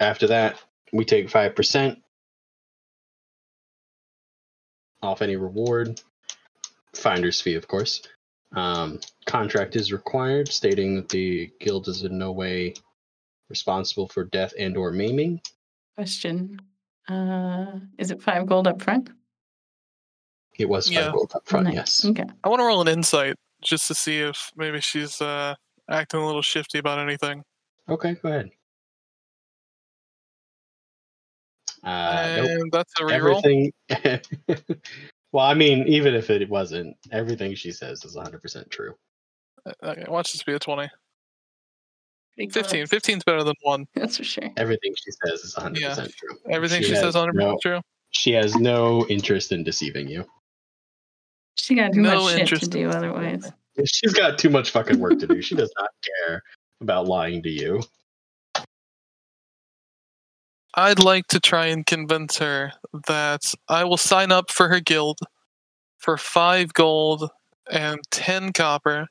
After that, we take five percent off any reward. Finder's fee, of course. Um, contract is required, stating that the guild is in no way responsible for death and or maiming. Question. Uh, is it five gold up front? It was five Yeah. gold up front, Nice. Mm. yes. Okay. I want to roll an insight just to see if maybe she's uh, acting a little shifty about anything. Okay, go ahead. Uh, nope. and that's a reroll. Everything. well, I mean, even if it wasn't, everything she says is 100% true. Okay, Uh, watch this be a 20. Pretty 15. close. 15's better than 1. That's for sure. Everything she says is 100% true. Everything she, has says 100% no- true. She has no interest in deceiving you. She got too No much shit interest to in do this. otherwise. She's got too much fucking work to do. She does not care about lying to you. I'd like to try and convince her that I will sign up for her guild for five gold and ten copper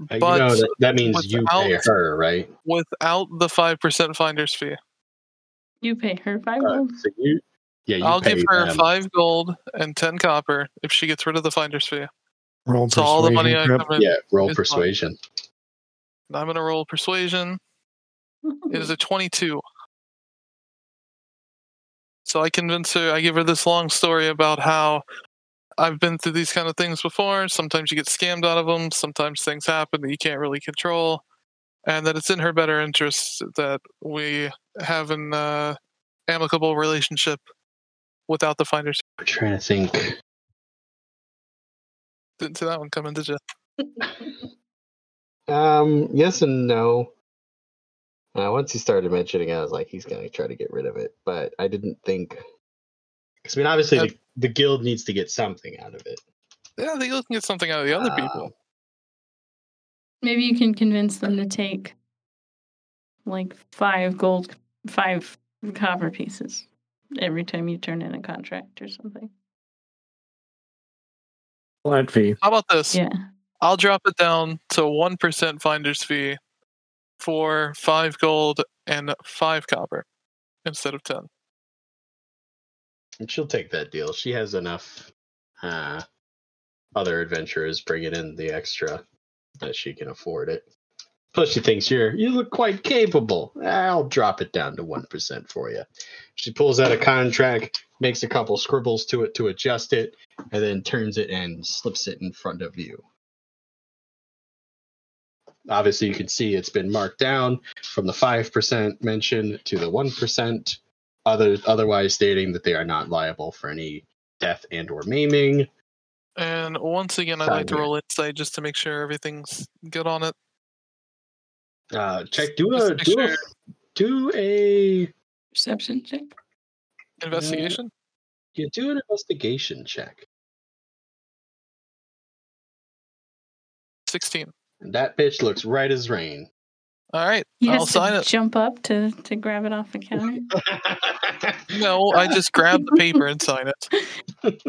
Uh, you But know that, that means you pay without- her, right? without the five percent finder's fee. You pay her five Uh, gold. so you, yeah, you I'll pay give her them. five gold and ten copper if she gets rid of the finder's fee. Roll So all the money I persuasion, come Crip. in, Yeah, roll It's fine. persuasion. I'm gonna roll persuasion. It is a 22. So I convince her, I give her this long story about how I've been through these kind of things before. Sometimes you get scammed out of them, sometimes things happen that you can't really control, and that it's in her better interest that we have an uh, amicable relationship without the finders. I'm trying to think. Didn't see that one coming, did you? Um, yes and no. Uh, once he started mentioning, it, I was like, he's gonna try to get rid of it, but I didn't think. 'Cause, I mean, obviously, the, the guild needs to get something out of it. Yeah, they can get something out of the other people. Maybe you can convince them to take like five gold, five copper pieces every time you turn in a contract or something. Flat fee. How about this? Yeah. I'll drop it down to one percent finder's fee for five gold and five copper instead of ten. And she'll take that deal. She has enough uh, other adventurers bringing in the extra that she can afford it. Plus, she thinks you're you look quite capable. I'll drop it down to one percent for you. She pulls out a contract, makes a couple scribbles to it to adjust it, and then turns it and slips it in front of you. Obviously, you can see it's been marked down from the five percent mention to the one percent other otherwise stating that they are not liable for any death and or maiming. And once again, I'd like to Fine. roll insight just to make sure everything's good on it. Uh, check do Just a make do a do a Perception check. Investigation. yeah, do an investigation check. Sixteen. And that bitch looks right as rain. All right, He I'll has sign to it. jump up to, to grab it off the counter. No, I just grab the paper and sign it.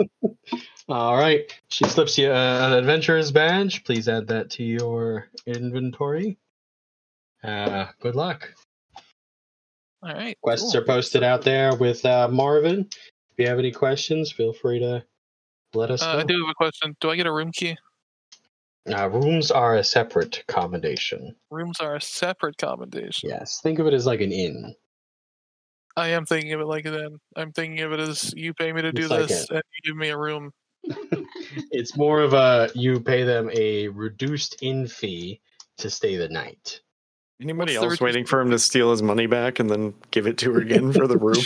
All right. She slips you uh, an adventurer's badge. Please add that to your inventory. Uh, good luck. All right. questions cool. Uh, are posted out there with uh, Marvin. If you have any questions, feel free to let us Uh, I know. do have a question. Do I get a room key? Uh, rooms are a separate accommodation. Rooms are a separate commendation. Yes, think of it as like an inn. I am thinking of it like that. I'm thinking of it as you pay me to do It's like this, and you give me a room. It's more of a you pay them a reduced in fee to stay the night. Anybody What's the else reduction? waiting for him to steal his money back and then give it to her again for the room?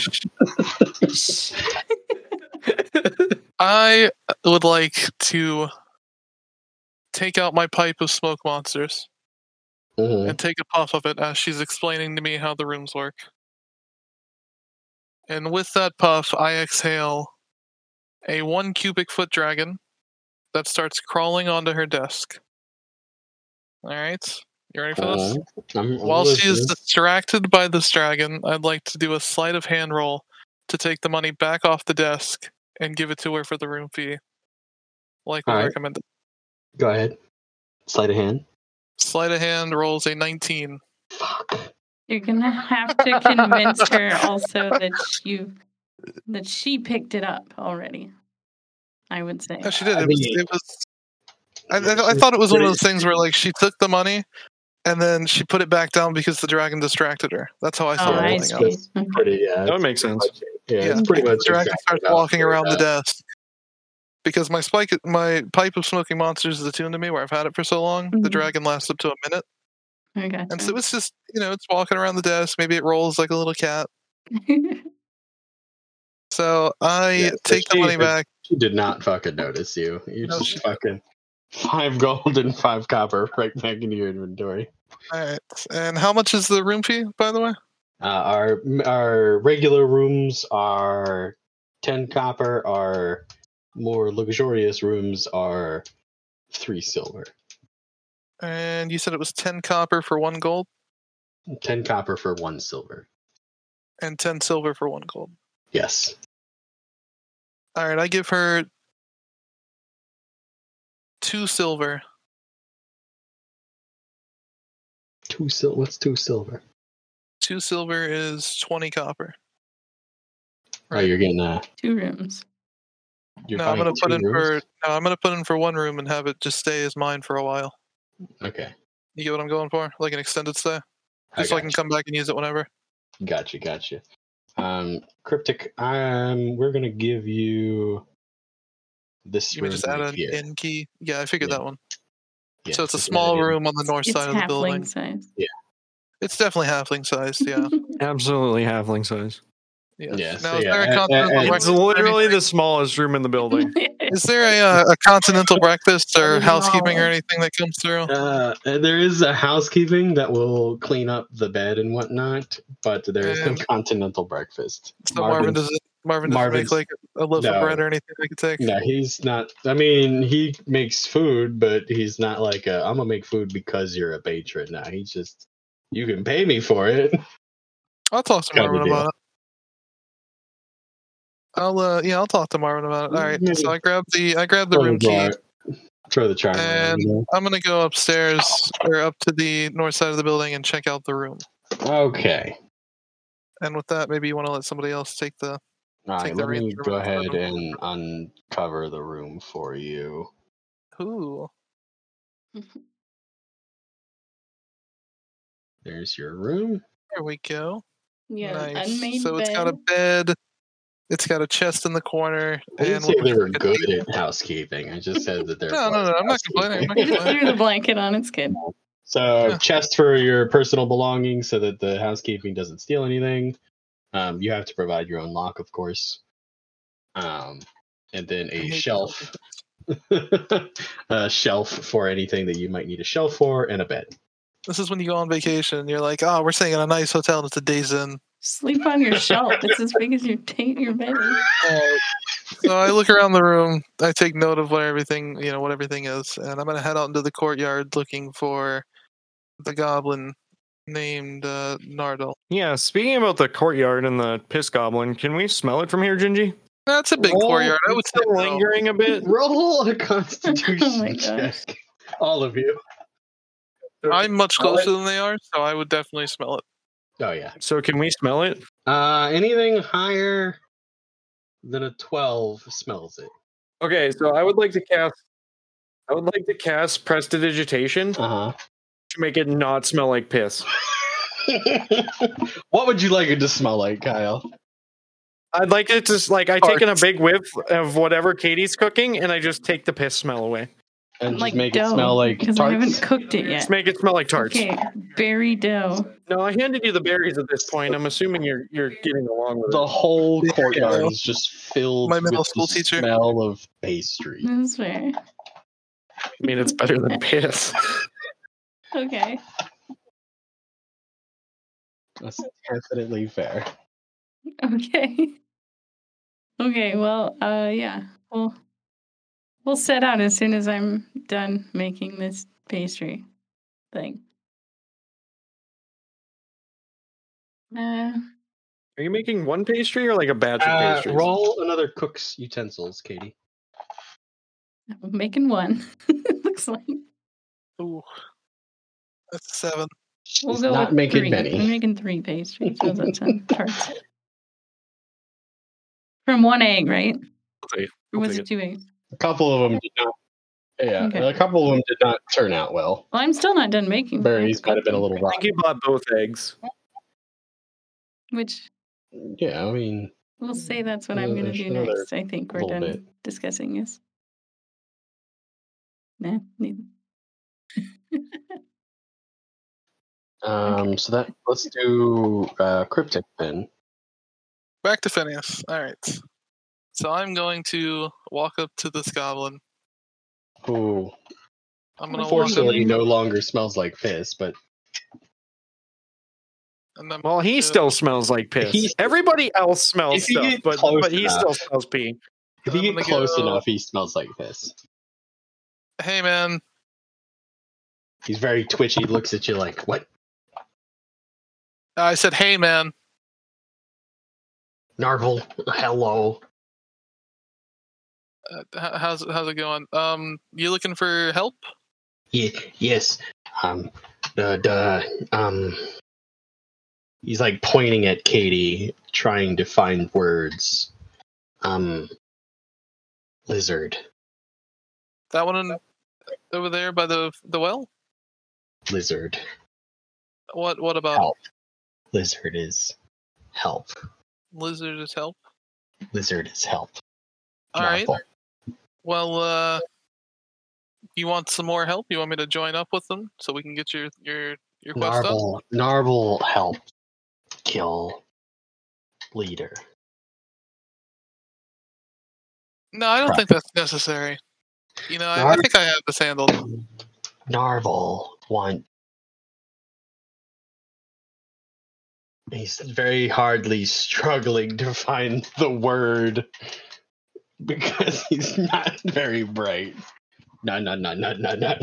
I uh, would like to take out my pipe of smoke monsters Mhm. and take a puff of it as she's explaining to me how the rooms work. And with that puff, I exhale a one cubic foot dragon that starts crawling onto her desk. All right, you ready for this? Mhm. I'm- I'm While she is listening. distracted by this dragon, I'd like to do a sleight of hand roll to take the money back off the desk and give it to her for the room fee. Like we Alright. recommended. Go ahead. Sleight of hand. Sleight of hand rolls a 19. Fuck. You're gonna have to convince her also that you that she picked it up already. I would say. No, she did. I It was, mean- it was I, I, I thought it was one of those things where like she took the money and then she put it back down because the dragon distracted her. That's how I Oh, saw it I Yeah, rolling it's out. see. just Pretty, yeah. That would make sense. Yeah, it's Yeah, pretty much. The dragon exactly starts how walking it around is. the desk because my spike, my pipe of smoking monsters is attuned to me where I've had it for so long. The Mhm. dragon lasts up to a minute, I gotcha. and so Mm-hmm. it's just you know it's walking around the desk. Maybe it rolls like a little cat. So I Yeah, so take the she money is- back. She did not fucking notice you. You No, just she- fucking five gold and five copper right back into your inventory. All right. And how much is the room fee, by the way? Uh, our our regular rooms are ten copper. Our more luxurious rooms are three silver. And you said it was ten copper for one gold. Ten copper for one silver. and 10 silver for one gold. Yes. All right, I give her two silver. Two sil. What's two silver? Two silver is 20 copper. Oh, you're getting uh. Two rooms. You're no, I'm gonna finding put two in rooms? for no, I'm gonna put in for one room and have it just stay as mine for a while. Okay. You get what I'm going for? Like an extended stay, I just so I got can you. come back and use it whenever. Gotcha, gotcha. Um, cryptic. Um, we're gonna give you this You room mean just add right an here. in key? Yeah, I figured Yeah. that one. Yeah, so it's a just add small it in. room on the north It's side of the building. halfling size. It's definitely halfling sized. Yeah. Absolutely halfling size. Yeah. Yeah, Now, so is yeah, there a- a a- continental a- It's breakfast? or literally anything? the smallest room in the building. Is there a, uh, a continental breakfast or Everything housekeeping or all- anything that comes through? Uh, there is a housekeeping that will clean up the bed and whatnot, but there is no And- continental breakfast. So Marvin Marvin's- doesn't. Marvin doesn't Marvin's- make like a loaf no. of bread or anything I could take. No, he's not. I mean, he makes food, but he's not like i am I'm gonna make food because you're a patron. Now he's just you can pay me for it. I'll talk to Kinda Marvin deal. about it. I'll uh, yeah, I'll talk to Marvin about it. All right. So I grab the I grab the Throw room key. jar- Throw the charm. around, you know? I'm gonna go upstairs or up to the north side of the building and check out the room. Okay. And with that, maybe you want to let somebody else take the. All Take right, the let me reins go over. ahead and uncover the room for you. Ooh, There's your room. there we go. yeah, an nice. unmade so it's bed. got a bed. It's got a chest in the corner. I didn't say we'll they put were like a good table. at housekeeping. I just said that they're. No, no, no, I'm not complaining, I'm not You housekeeping. just threw the blanket on. It's good. So Yeah. chest for your personal belongings so that the housekeeping doesn't steal anything. Um, you have to provide your own lock, of course. Um, and then I a hate shelf, a shelf for anything that you might need a shelf for, and a bed. This is when you go on vacation. and You're like, oh, we're staying in a nice hotel, and it's a days in. Sleep on your shelf. It's as big as your taint your bed. is. Oh. So I look around the room. I take note of what everything you know, what everything is, and I'm gonna head out into the courtyard looking for the goblin named uh, Nardal. Yeah, speaking about the courtyard and the piss goblin, can we smell it from here, Gingy? That's a big Roll- courtyard. I would It's say still no. lingering a bit. Oh Roll a Constitution Oh my gosh. check, all of you. I'm much Smell closer than they are, so I would definitely smell it. Oh yeah. So can we smell it? Uh, anything higher than a twelve smells it. Okay, so I would like to cast. I would like to cast prestidigitation Uh-huh. Uh to make it not smell like piss. huh. what would you like it to smell like, Kyle? I'd like it to s- like I take in a big whiff of whatever Katie's cooking, and I just take the piss smell away. And just Like make it dough, smell like Because I haven't tarts. cooked it yet. Just make it smell like tarts. Okay, berry dough. No, I handed you the berries at this point. I'm assuming you're you're getting along with The it. whole Yeah. courtyard is just filled My with middle school the teacher. smell of pastry. That's fair. I mean, it's better than piss. Okay. That's definitely fair. Okay. Okay, well, uh yeah. We'll we'll set out as soon as I'm done making this pastry thing. Uh, Are you making one pastry or like a batch of Uh, pastries? roll another cook's utensils, Katie. I'm making one. Looks like Ooh, that's a seven. we'll She's go not with making three. many. I'm making three pastries. How's that sound? Tarts. From one egg, right? I'll take it. I'll Or was take it two eggs? A couple of them did not. Yeah, Okay. a couple of them did not turn out well. Well, I'm still not done making. them. I Berries might have been a little I think rocky. you bought both eggs. Which Yeah, I mean, we'll say that's what Yeah, I'm going to there's do another next. I think we're little done bit. discussing this. Nah, neither. um, so that let's do uh, cryptic then. Back to Phineas. All right. So I'm going to walk up to this goblin. Who I'm gonna walk up, unfortunately Goblin. no longer smells like piss, but and I'm Well, he Yeah. still smells like piss. He's- Everybody else smells If you stuff, get but close but he enough. still smells pee. if I'm you get gonna close go- enough, he smells like piss. hey man, He's very twitchy. Looks at you like, "What? I said hey man. Narvel, hello. Uh, h- how's how's it going? Um, you looking for help? Ye- yes. Um, the, the, um, he's like pointing at Katie, trying to find words. Um, lizard, That one in, over there by the the well. lizard, What what about Help. lizard is help. lizard is help? Lizard is help. All right. Narvel. Well, uh, you want some more help? You want me to join up with them so we can get your your your quest up? Narvel, Narvel help kill leader. No, I don't Right. think that's necessary. You know, I, I Alright. think I have this handled. Narvel want. He's very hardly struggling to find the word because he's not very bright. No, no, no, no, no, no.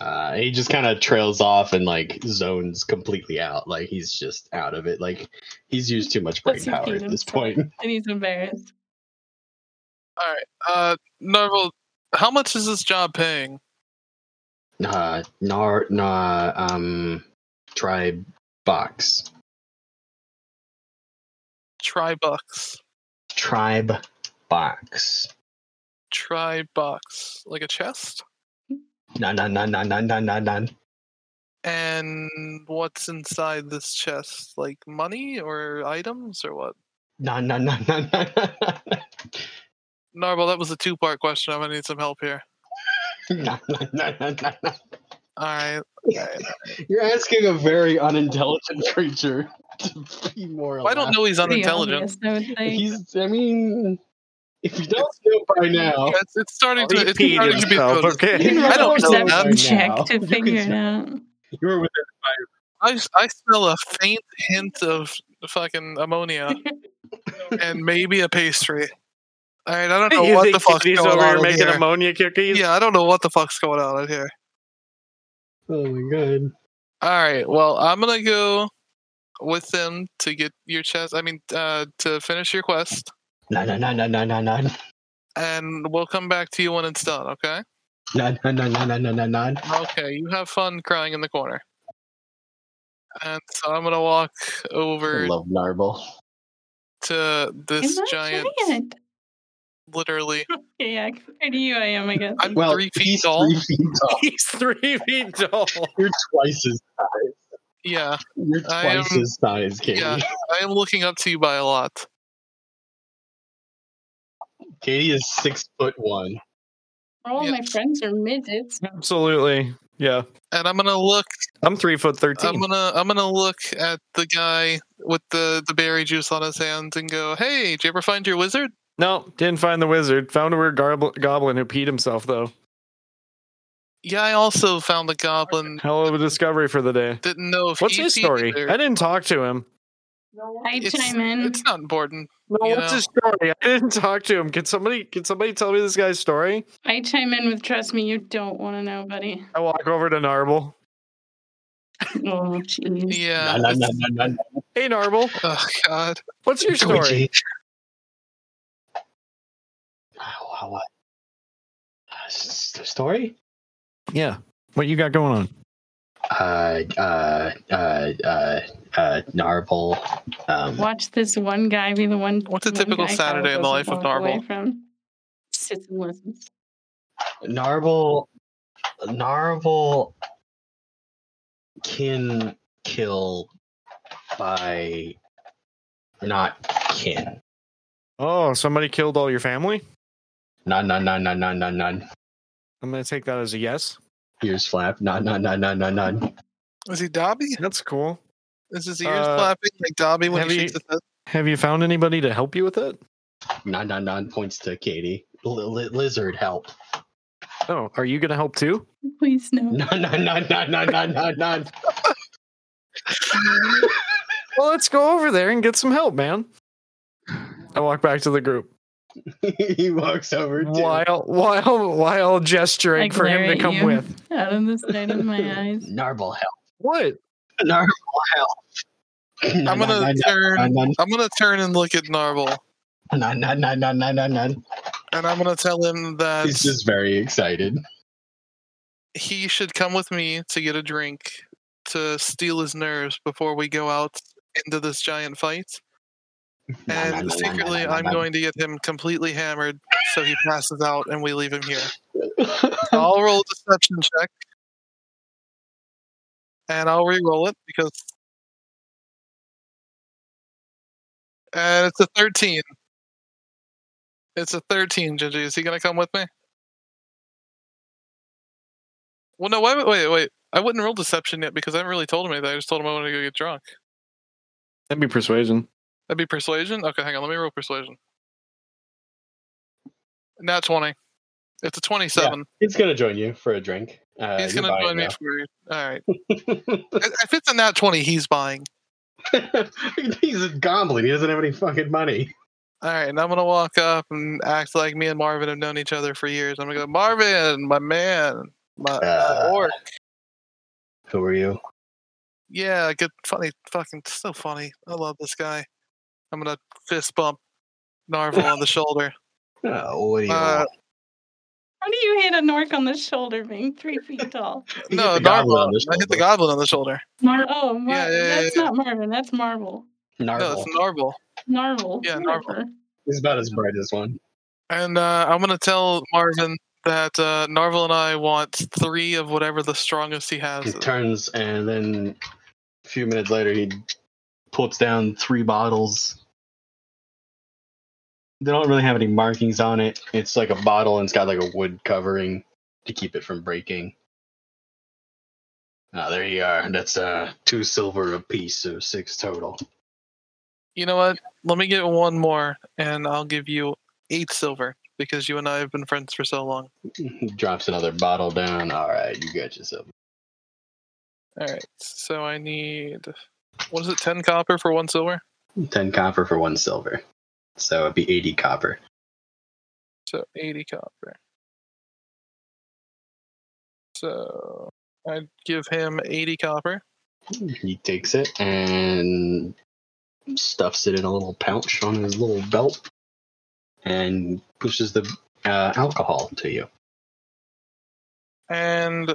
Uh, he just kind of trails off and like zones completely out. Like he's just out of it. Like he's used too much brain That's your power at kingdom. this point. And he's embarrassed. All right. Uh, Narvel, how much is this job paying? uh nar nah um tribe box Try bucks. tribe box Try bucks. Like a chest? na na na na na na na na And what's inside this chest? Like money or items or what? na na na na na Narvel, that was a two part question. I'm going to need some help here. na na na na na na All right. you're asking a very unintelligent creature to be more Oh, Well, I don't elaborate. know he's Pretty unintelligent. obvious, I would say. he's i mean if you don't know by now It's, it's starting to, it's Oh. He peed starting to be himself, noticed. okay. You you can roll I don't a know perception by check now. to You figure can- it out. you were within I, I smell a faint hint of fucking ammonia and maybe a pastry. All right, I don't know you what think the fuck's Katie's going over on here in making here. ammonia cookies? Yeah, I don't know what the fuck's going on out here. oh my god All right, well, I'm gonna go with them to get your chest. I mean, uh, to finish your quest, na na na na na na na and we'll come back to you when it's done. Okay? na na na na na na na Okay. You have fun crying in the corner. And so I'm gonna walk I over love narble to this Am I giant, giant? literally. Yeah, compared to you, I am, I guess. I'm Well, three feet he's tall. three feet tall. He's three feet tall. You're twice his size. Yeah, You're I twice am- his size, Katie. yeah. I am looking up to you by a lot. Katie is six foot one. All yeah. my friends are midgets. Absolutely. Yeah. And I'm gonna look I'm three foot I'm 13. gonna I'm gonna look at the guy with the the berry juice on his hands and go, "Hey, did you ever find your wizard?" No, didn't find the wizard. Found a weird garb- goblin who peed himself, though. Yeah, I also found the goblin. Hell of a discovery for the day. Didn't know if What's he his peed story? either. I didn't talk to him. I It's- chime in. It's not important. No, You what's know. his story? I didn't talk to him. Can somebody can somebody tell me this guy's story? I chime in with trust me, you don't want to know, buddy. I walk over to Narble. Oh, jeez. No, Yeah. no, no, it's- no, no, no. Hey Narble, Oh God. what's your story? Twitchy. Wow, wow, what? Uh, s- s- story? Yeah. What you got going on? Uh, uh, uh, uh, uh, Narble. Um, Watch this one guy be the one. What's a one typical guy Saturday Kyle in the life of doesn't walk away Narvel? From. Sits and listens. Narble. Narble can kill by not kin. Oh, somebody killed all your family? None, none, none, none, none, none, none. I'm gonna take that as a yes. Ears flap. None, none, none, none, none, none. Is he Dobby? That's cool. Is his ears Uh, flapping like Dobby when have he shakes you- his head? Have you found anybody to help you with it? None, none, none. Points to Katie. L- li- lizard help. Oh, are you gonna help too? Please no. None, none, none, none, none, none, none, none. Well, let's go over there and get some help, man. I walk back to the group he walks over to. while while while I gesturing for him glare to at come you with. Out of the side of my eyes. Narble help. What? Narwhal. I'm gonna turn. I'm gonna turn and look at Narvel, None, none, none, none, none, none, none. and I'm gonna tell him that He's just very excited. he should come with me to get a drink to steal his nerves before we go out into this giant fight. And secretly, I'm going to get him completely hammered so he passes out and we leave him here. I'll roll a deception check. And I'll re-roll it because. And it's a 13. It's a 13, Gigi. Is he going to come with me? Well, no, wait, wait, wait. I wouldn't roll deception yet because I haven't really told him anything. I just told him I wanted to go get drunk. That'd be persuasion. That'd be persuasion? Okay, hang on. Let me roll persuasion. Now 20. It's a 27. He's gonna join you for a drink. Uh, he's you're going to join me buying for. All right. now. If if it's a nat 20, he's buying. He's a goblin. He doesn't have any fucking money. All right, and I'm gonna walk up and act like me and Marvin have known each other for years. I'm gonna go, Marvin, my man, my, Uh. my orc. Who are you? Yeah, good, funny, fucking, so funny. I love this guy. I'm gonna fist bump Narvel on the shoulder. Oh, what do you? Uh, want? How do you hit a Nork on the shoulder being three feet tall? You hit no, the goblin Narvel. on the I hit the shoulder. goblin on the shoulder. Mar- oh, Mar- Yeah, yeah, yeah, that's not Marvin. That's Marvel. No, Narvel. it's Narvel. Narvel. Yeah, whatever. He's about as bright as one. And uh, I'm gonna tell Marvin that uh, Narvel and I want three of whatever the strongest he He has. turns, and then a few minutes later, he pulls down three bottles. They don't really have any markings on it. It's like a bottle, and it's got like a wood covering to keep it from breaking. Ah, there you are. That's uh, two silver apiece, so six total. You know what? Let me get one more, and I'll give you eight silver because you and I have been friends for so long. He drops another bottle down. All right, you got yourself. All right, so I need what is it? Ten copper for one silver. 10 copper for one silver. So it'd be 80 copper. So eighty copper. So I'd give him eighty copper. He takes it and stuffs it in a little pouch on his little belt and pushes the uh, alcohol to you. and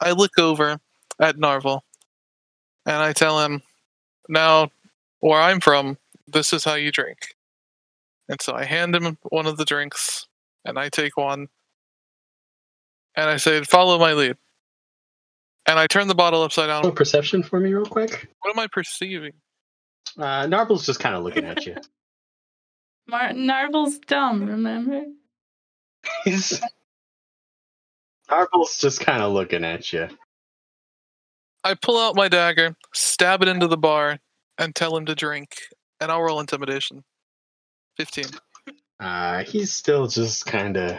I look over at Narvel and I tell him, Now, where I'm from, this is how you drink. And so I hand him one of the drinks and I take one and I say, Follow my lead. And I turn the bottle upside down. Oh, perception for me, real quick. What am I perceiving? Uh, Narble's just kind of looking at you. Mar- Narvel's dumb, remember? He's. Narble's just kind of looking at you. I pull out my dagger, stab it into the bar, and tell him to drink. And I'll roll intimidation. 15. Uh, he's still just kind of.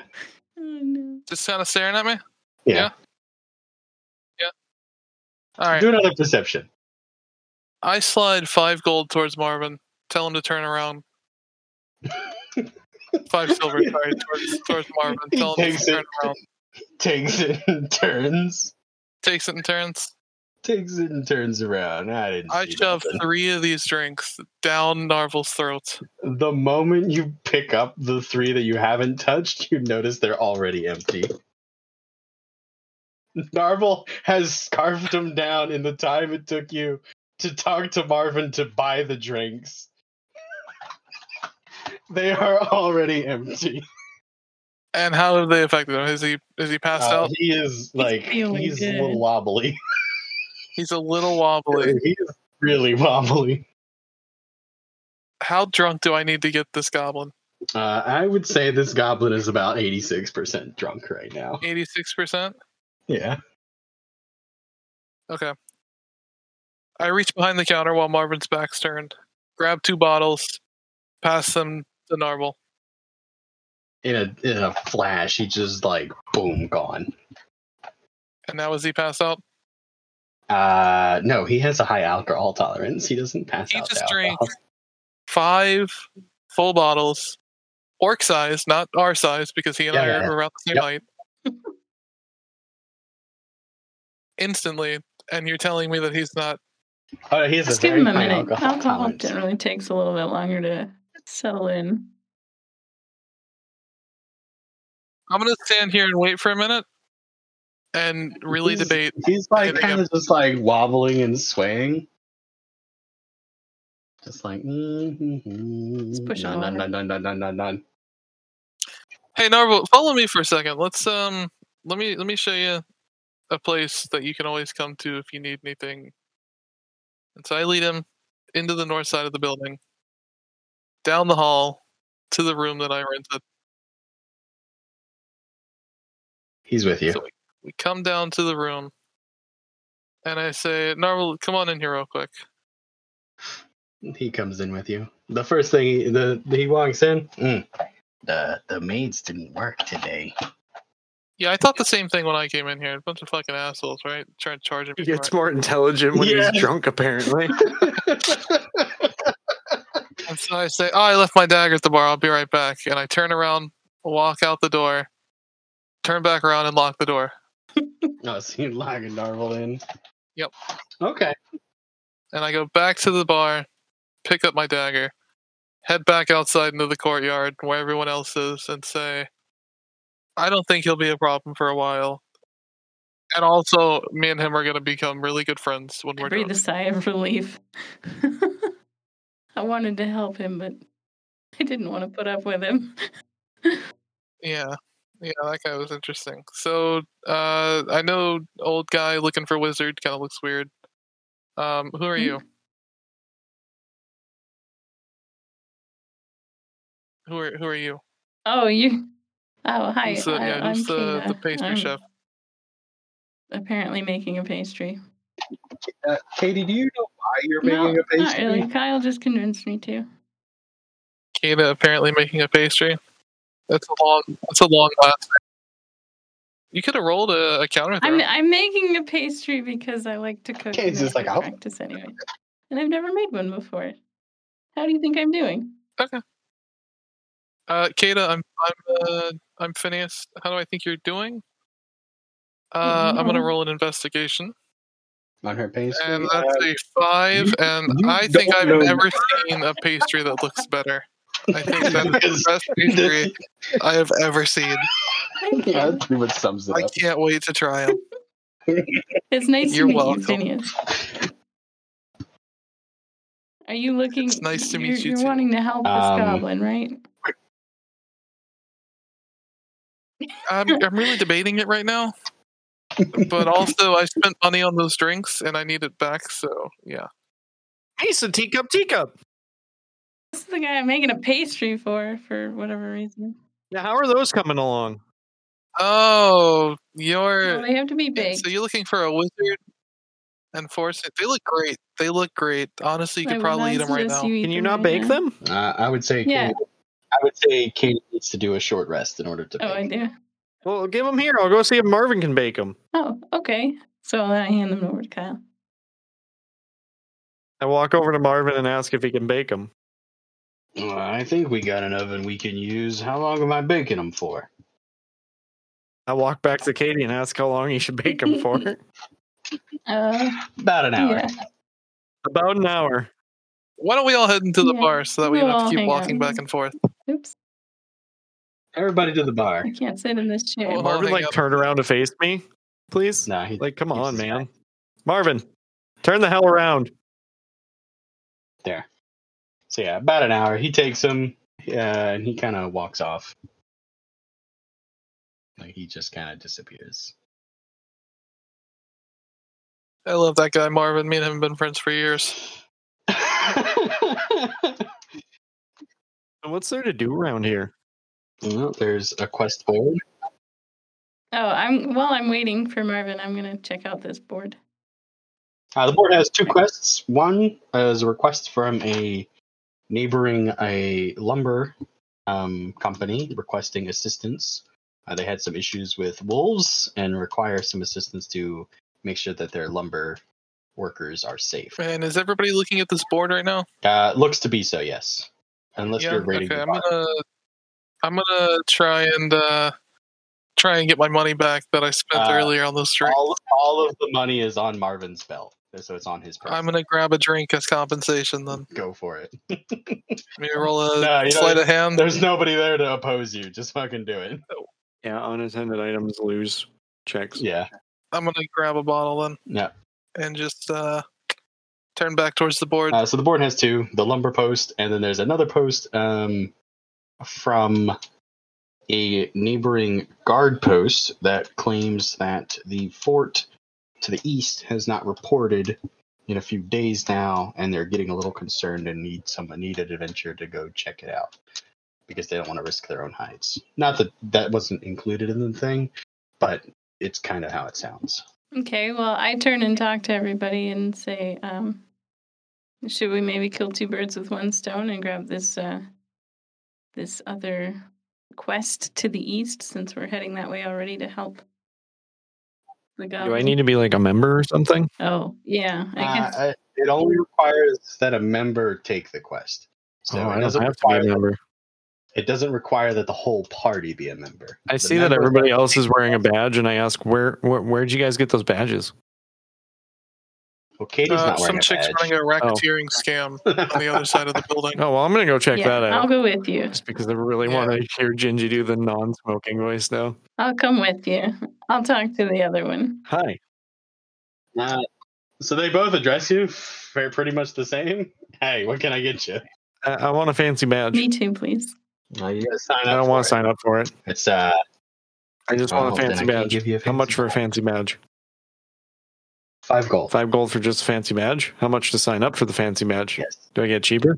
Oh, no. Just kind of staring at me? Yeah. Yeah. All right. Do another perception. I slide five gold towards Marvin. Tell him to turn around. Five silver, sorry, towards, towards Marvin. He Tell him takes to turn it. around. Takes it and turns. Takes it in turns. Takes it and turns around. I didn't. I see shove nothing. three of these drinks down Narvel's throat. The moment you pick up the three that you haven't touched, you notice they're already empty. Narvel has scarfed them down in the time it took you to talk to Marvin to buy the drinks. they are already empty. And how have they affected him? Is he is he passed Uh, out? he is like he's, feeling a good. little wobbly. He's a little he wobbly. is really wobbly. How drunk do I need to get this goblin? Uh, I would say this goblin is about 86% drunk right now. Eighty six percent. Yeah. Okay. I reach behind the counter while Marvin's back's turned. Grab two bottles, pass them to Narvel. In a in a flash, he just like boom gone. And now is he passed out? Uh no, he has a high alcohol tolerance. He doesn't pass He out. to just alcohol. drinks five full bottles, orc size, not our size, because he and Yeah, I yeah, are yeah. around the same Yep. height. instantly, and you're telling me that he's not. Oh, he's Just give him a minute. Alcohol, generally takes a little bit longer to settle in. I'm gonna stand here and wait for a minute, and really He's- debate. He's like Yeah. kind of just like wobbling and swaying. Just like mm-hmm. push him none, none, over. none, none, none, none, none, none. Hey Narvel, follow me for a second. Let's um, let me let me show you a place that you can always come to if you need anything. And so I lead him into the north side of the building, down the hall, to the room that I rented. He's with you. So we come down to the room, and I say, Narvel, come on in here real quick. He comes in with you. The first thing he, the he walks in. "Mm, The the maids didn't work today. Yeah, I thought the same thing when I came in here. A bunch of fucking assholes, right? Trying to charge me. He for gets it. more intelligent when Yeah. he's drunk, apparently. And so I say, "Oh, I left my dagger at the bar. I'll be right back." And I turn around, walk out the door, turn back around, and lock the door. oh, so you lock a narvel in. Yep. Okay. And I go back to the bar, pick up my dagger, head back outside into the courtyard where everyone else is, and say, "I don't think he'll be a problem for a while." And also, me and him are gonna become really good friends when I we're breathe done. a sigh of relief. I wanted to help him, but I didn't want to put up with him. Yeah. Yeah, that guy was interesting. So uh I know old guy looking for wizard kinda looks weird. Um, who are Hmm. you? Who are who are you? Oh, you. Oh, hi. Who's the, I, yeah, I'm who's the, the Kina. pastry I'm chef? Apparently making a pastry. Uh, Katie, do you know why you're no, making a not pastry? really. Kyle just convinced me to. Kina apparently making a pastry. That's a long that's a long last name. You could have rolled a, a counter I'm throw. I'm making a pastry because I like to cook. Okay, and it's that's just like, "Oh." my I'll- practice anyway, and I've never made one before. How do you think I'm doing? Uh Kata, I'm I'm uh, I'm Phineas. How do I think you're doing? Uh, I'm gonna no. roll an investigation. On her pastry. and Uh, that's a five. you- and you I think don't I've know- never seen a pastry that looks better. I think that is the best pastry I have ever seen. Thank you. yeah, that pretty much sums it I up. can't wait to try them. It's nice You're to meet welcome. you, Phineas. Are you looking? nice to meet you're, you You're too. wanting to help this Um, goblin, right? I'm, I'm really debating it right now, but also I spent money on those drinks and I need it back. So yeah, Ace a teacup, teacup. This is the guy I'm making a pastry for, for whatever reason. Now, how are those coming along? oh, No, you're they have to be baked. so you're looking for a wizard and force it. They look great. They look great. Honestly, you I could would probably eat them right suggest now. eat Can you them not right bake now. them? Uh, I would say Yeah. Katie, I would say Katie needs to do a short rest in order to Oh, I bake. do. Well, give them here. I'll go see if Marvin can bake them. Oh, okay. So then I hand them over to Kyle. I walk over to Marvin and ask if he can bake them. Well, I think we got an oven we can use. How long am I baking them for? I walk back to Katie and ask how long he should bake them for. Uh, About an hour. yeah. About an hour. Why don't we all head into the Yeah, bar so that we we'll don't have to all keep hang out. walking back and forth? Oops, Everybody to the bar. I can't sit in this chair. Well, Marvin hang like up. turned around to face me, please. Nah, he, Like, come He's on, just man. Marvin, turn the hell around. there. So yeah, about an hour. He takes them, uh, and he kind of walks off. Like he just kind of disappears. I love that guy, Marvin. Me and him have been friends for years. And what's there to do around here? well, there's a quest board. Oh, I'm while I'm waiting for Marvin, I'm gonna check out this board. Uh, the board has two quests. One is a request from a neighboring a lumber um, company requesting assistance. Uh, they had some issues with wolves and require some assistance to make sure that their lumber workers are safe. And is everybody looking at this board right now? Uh, looks to be so, yes. Unless yeah. you're raiding okay. the I'm bar. gonna I'm gonna try and uh try and get my money back that I spent Uh, earlier on those drinks. All, all of the money is on Marvin's belt, so it's on his person. I'm gonna grab a drink as compensation. Then Go for it. maybe roll a No, you don't- sleight of hand. There's nobody there to oppose you. Just fucking do it. Yeah, unattended items lose checks. Yeah. I'm gonna grab a bottle then No. and just uh, turn back towards the board. Uh, so the board has two: the lumber post, and then there's another post um, from a neighboring guard post that claims that the fort to the east has not reported in a few days now, and they're getting a little concerned and need some need an adventure to go check it out because they don't want to risk their own hides. Not that that wasn't included in the thing, but it's kind of how it sounds. Okay, well, I turn and talk to everybody and say, um, should we maybe kill two birds with one stone and grab this uh, this other quest to the east since we're heading that way already to help the Do I goblin? need to be like a member or something? Oh, yeah. I Uh, guess. I- it only requires that a member take the quest. So oh, it I doesn't don't have to be a require- member. It doesn't require that the whole party be a member. I The see that members- everybody else is wearing a badge, and I ask, "Where, where where'd you guys get those badges?" Well, Katie's Uh, not wearing some a chick's badge. Oh. running a racketeering scam on the other side of the building. Oh well, I'm gonna go check yeah, that out I'll go with you. just because I really Yeah. want to hear Gingy do the non-smoking voice now. I'll come with you. I'll talk to the other one. Hi. Uh, so they both address you fa- pretty much the same. Hey, what can I get you? I, I want a fancy badge. Me too, please. you gotta sign up. I don't want to sign up for it. It's uh, I just oh, want a then fancy I can't badge. give you a How much fancy for a fancy badge? Five gold. Five gold for just a fancy badge. How much to sign up for the fancy badge? Yes, Do I get cheaper?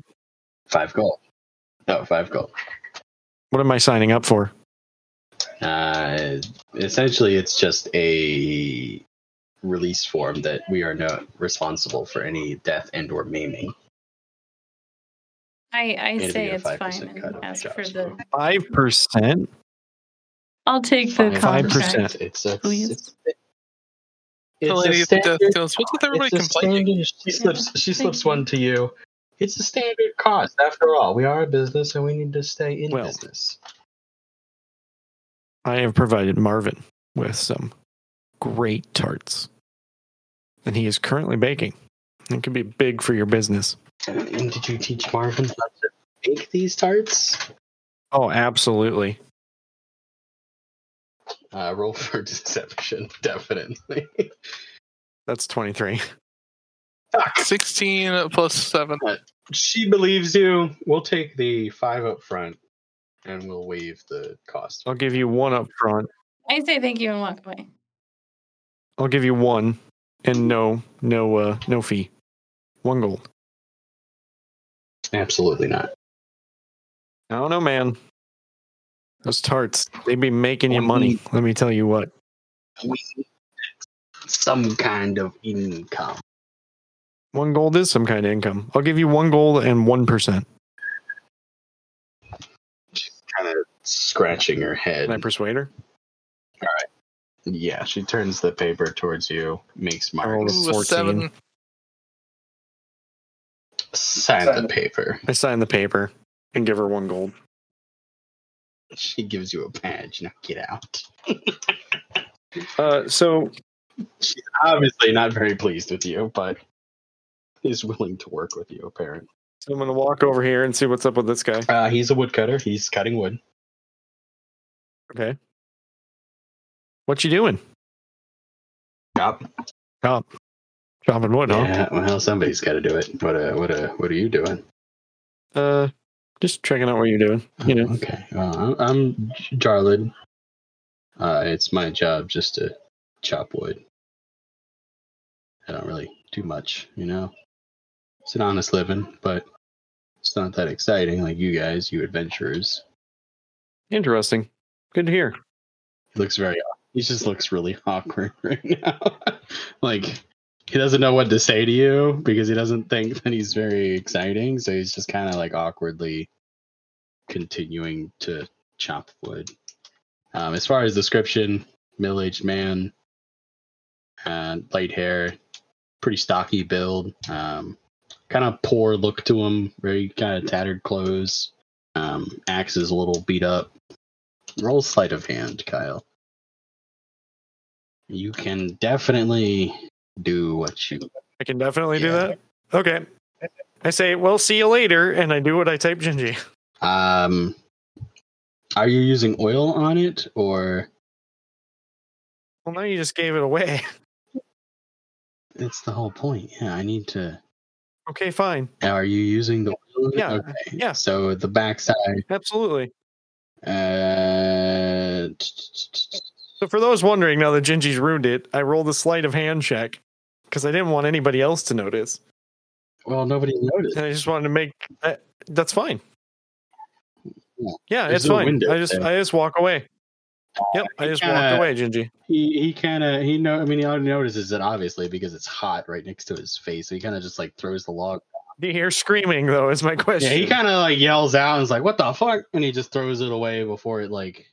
five gold. No, five gold. What am I signing up for? Uh, essentially, it's just a release form that we are not responsible for any death and or maiming. I, I It'll say be a it's 5% fine and cut of ask jobs, for so. the. Five percent. I'll take the Five contract, percent. It's a, please. it's, The it's lady a at the desk standard goes, "What's with everybody It's a complaining?" standard- she slips. She Thank slips you. one to you. It's a standard cost. After all, we are a business, and we need to stay in Well. business. I have provided Marvin with some great tarts, and he is currently baking. It could be big for your business. And did you teach Marvin how to bake these tarts? Oh, absolutely. Uh, roll for deception, definitely. That's twenty-three. Fuck. Sixteen plus seven. She believes you. We'll take the five up front, and we'll waive the cost. I'll give you one up front. I say thank you and walk away. I'll give you one, and no, no, uh, no fee. One gold. Absolutely not. I don't know, man. Those tarts, they be making you money. Let me tell you what. We need some kind of income. One gold is some kind of income. I'll give you one gold and one percent. Kind of scratching her head. Can I persuade her? Yeah, she turns the paper towards you, makes I rolled marks, Ooh, a 14. seven. sign the paper. I sign the paper and give her one gold. She gives you a badge. Now get out. Uh, so She's obviously not very pleased with you, but is willing to work with you, apparently. So I'm gonna walk over here and see what's up with this guy. Uh, he's a woodcutter. He's cutting wood. Okay. What you doing? Yep. Chop. Chopping wood, huh? Yeah, well, somebody's got to do it. What uh, what uh, what are you doing? Uh just checking out what you're doing. You know. Oh, Okay. Well, I'm, I'm Jarlid. Uh, it's my job just to chop wood. I don't really do much, you know. It's an honest living, but it's not that exciting like you guys, you adventurers. Interesting. Good to hear. He looks very. He just looks really awkward right now. like he doesn't know what to say to you because he doesn't think that he's very exciting. So he's just kind of like awkwardly continuing to chop wood. Um, as far as description, middle-aged man, uh, light hair, pretty stocky build, um, kind of poor look to him, very kind of tattered clothes. Um, axe is a little beat up. Roll sleight of hand, Kyle. You can definitely do what you. I can definitely do Yeah. that. Okay. I say, well, see you later, and I do what I type Genji. Um, are you using oil on it or Well, now you just gave it away. That's the whole point. Yeah, I need to. Okay, fine. Are you using the oil? Yeah, Okay. yeah. So the backside. Absolutely. Uh, t- t- t- t- So for those wondering, now that Genji's ruined it, I rolled a sleight of hand check because I didn't want anybody else to notice, well, nobody noticed. and I just wanted to make that, that's fine. Yeah. Yeah, There's it's no fine. window I just there. I just walk away. Yep, I just walked Yeah. away, Genji. He he kind of he know. I mean, he already notices it obviously because it's hot right next to his face. So he kind of just like throws the log. Do you hear screaming though? Is my Yeah, question. he kind of like yells out and is like, "What the fuck?" And he just throws it away before it like,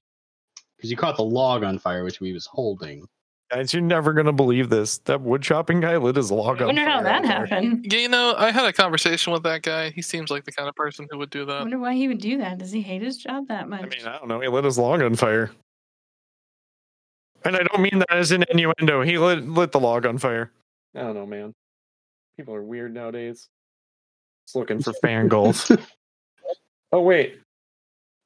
because you caught the log on fire, which we was holding. Guys, you're never gonna believe this. That wood chopping guy lit his log I on wonder how fire that out there. happened. Yeah, you know, I had a conversation with that guy. He seems like the kind of person who would do I that. wonder why he would do that. Does he hate his job that much? I mean, I don't know. He lit his log on fire. And I don't mean that as an innuendo. He lit lit the log on fire. I don't know, man. People are weird nowadays. Just looking for fangirls. oh wait.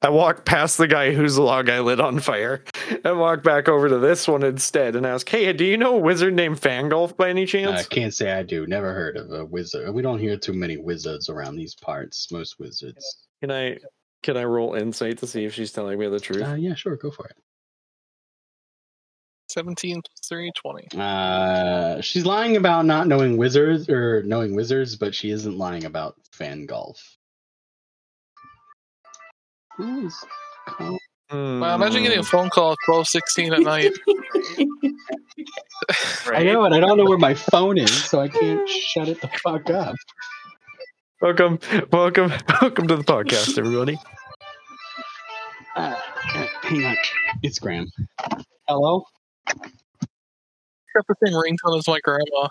I walk past the guy whose log I lit on fire and walk back over to this one instead and ask, Hey, do you know a wizard named Fangolf by any I chance? can't say I do. Never heard of a wizard. We don't hear too many wizards around these parts. Most wizards. Can I can I roll insight to see if she's telling me the truth? Uh, yeah, sure, go for it. 17 plus 3, 20. Uh, she's lying about not knowing wizards or knowing wizards, but she isn't lying about fan golf. Who is call- Wow, imagine getting a Mm. phone call at 12, 16 at night. Hmm, I right? know, and I don't know where my phone is, so I can't shut it the fuck up. Welcome, welcome, welcome to the podcast, everybody. Uh, hang on, it's Graham. Hello. Got the same ringtone as my grandma.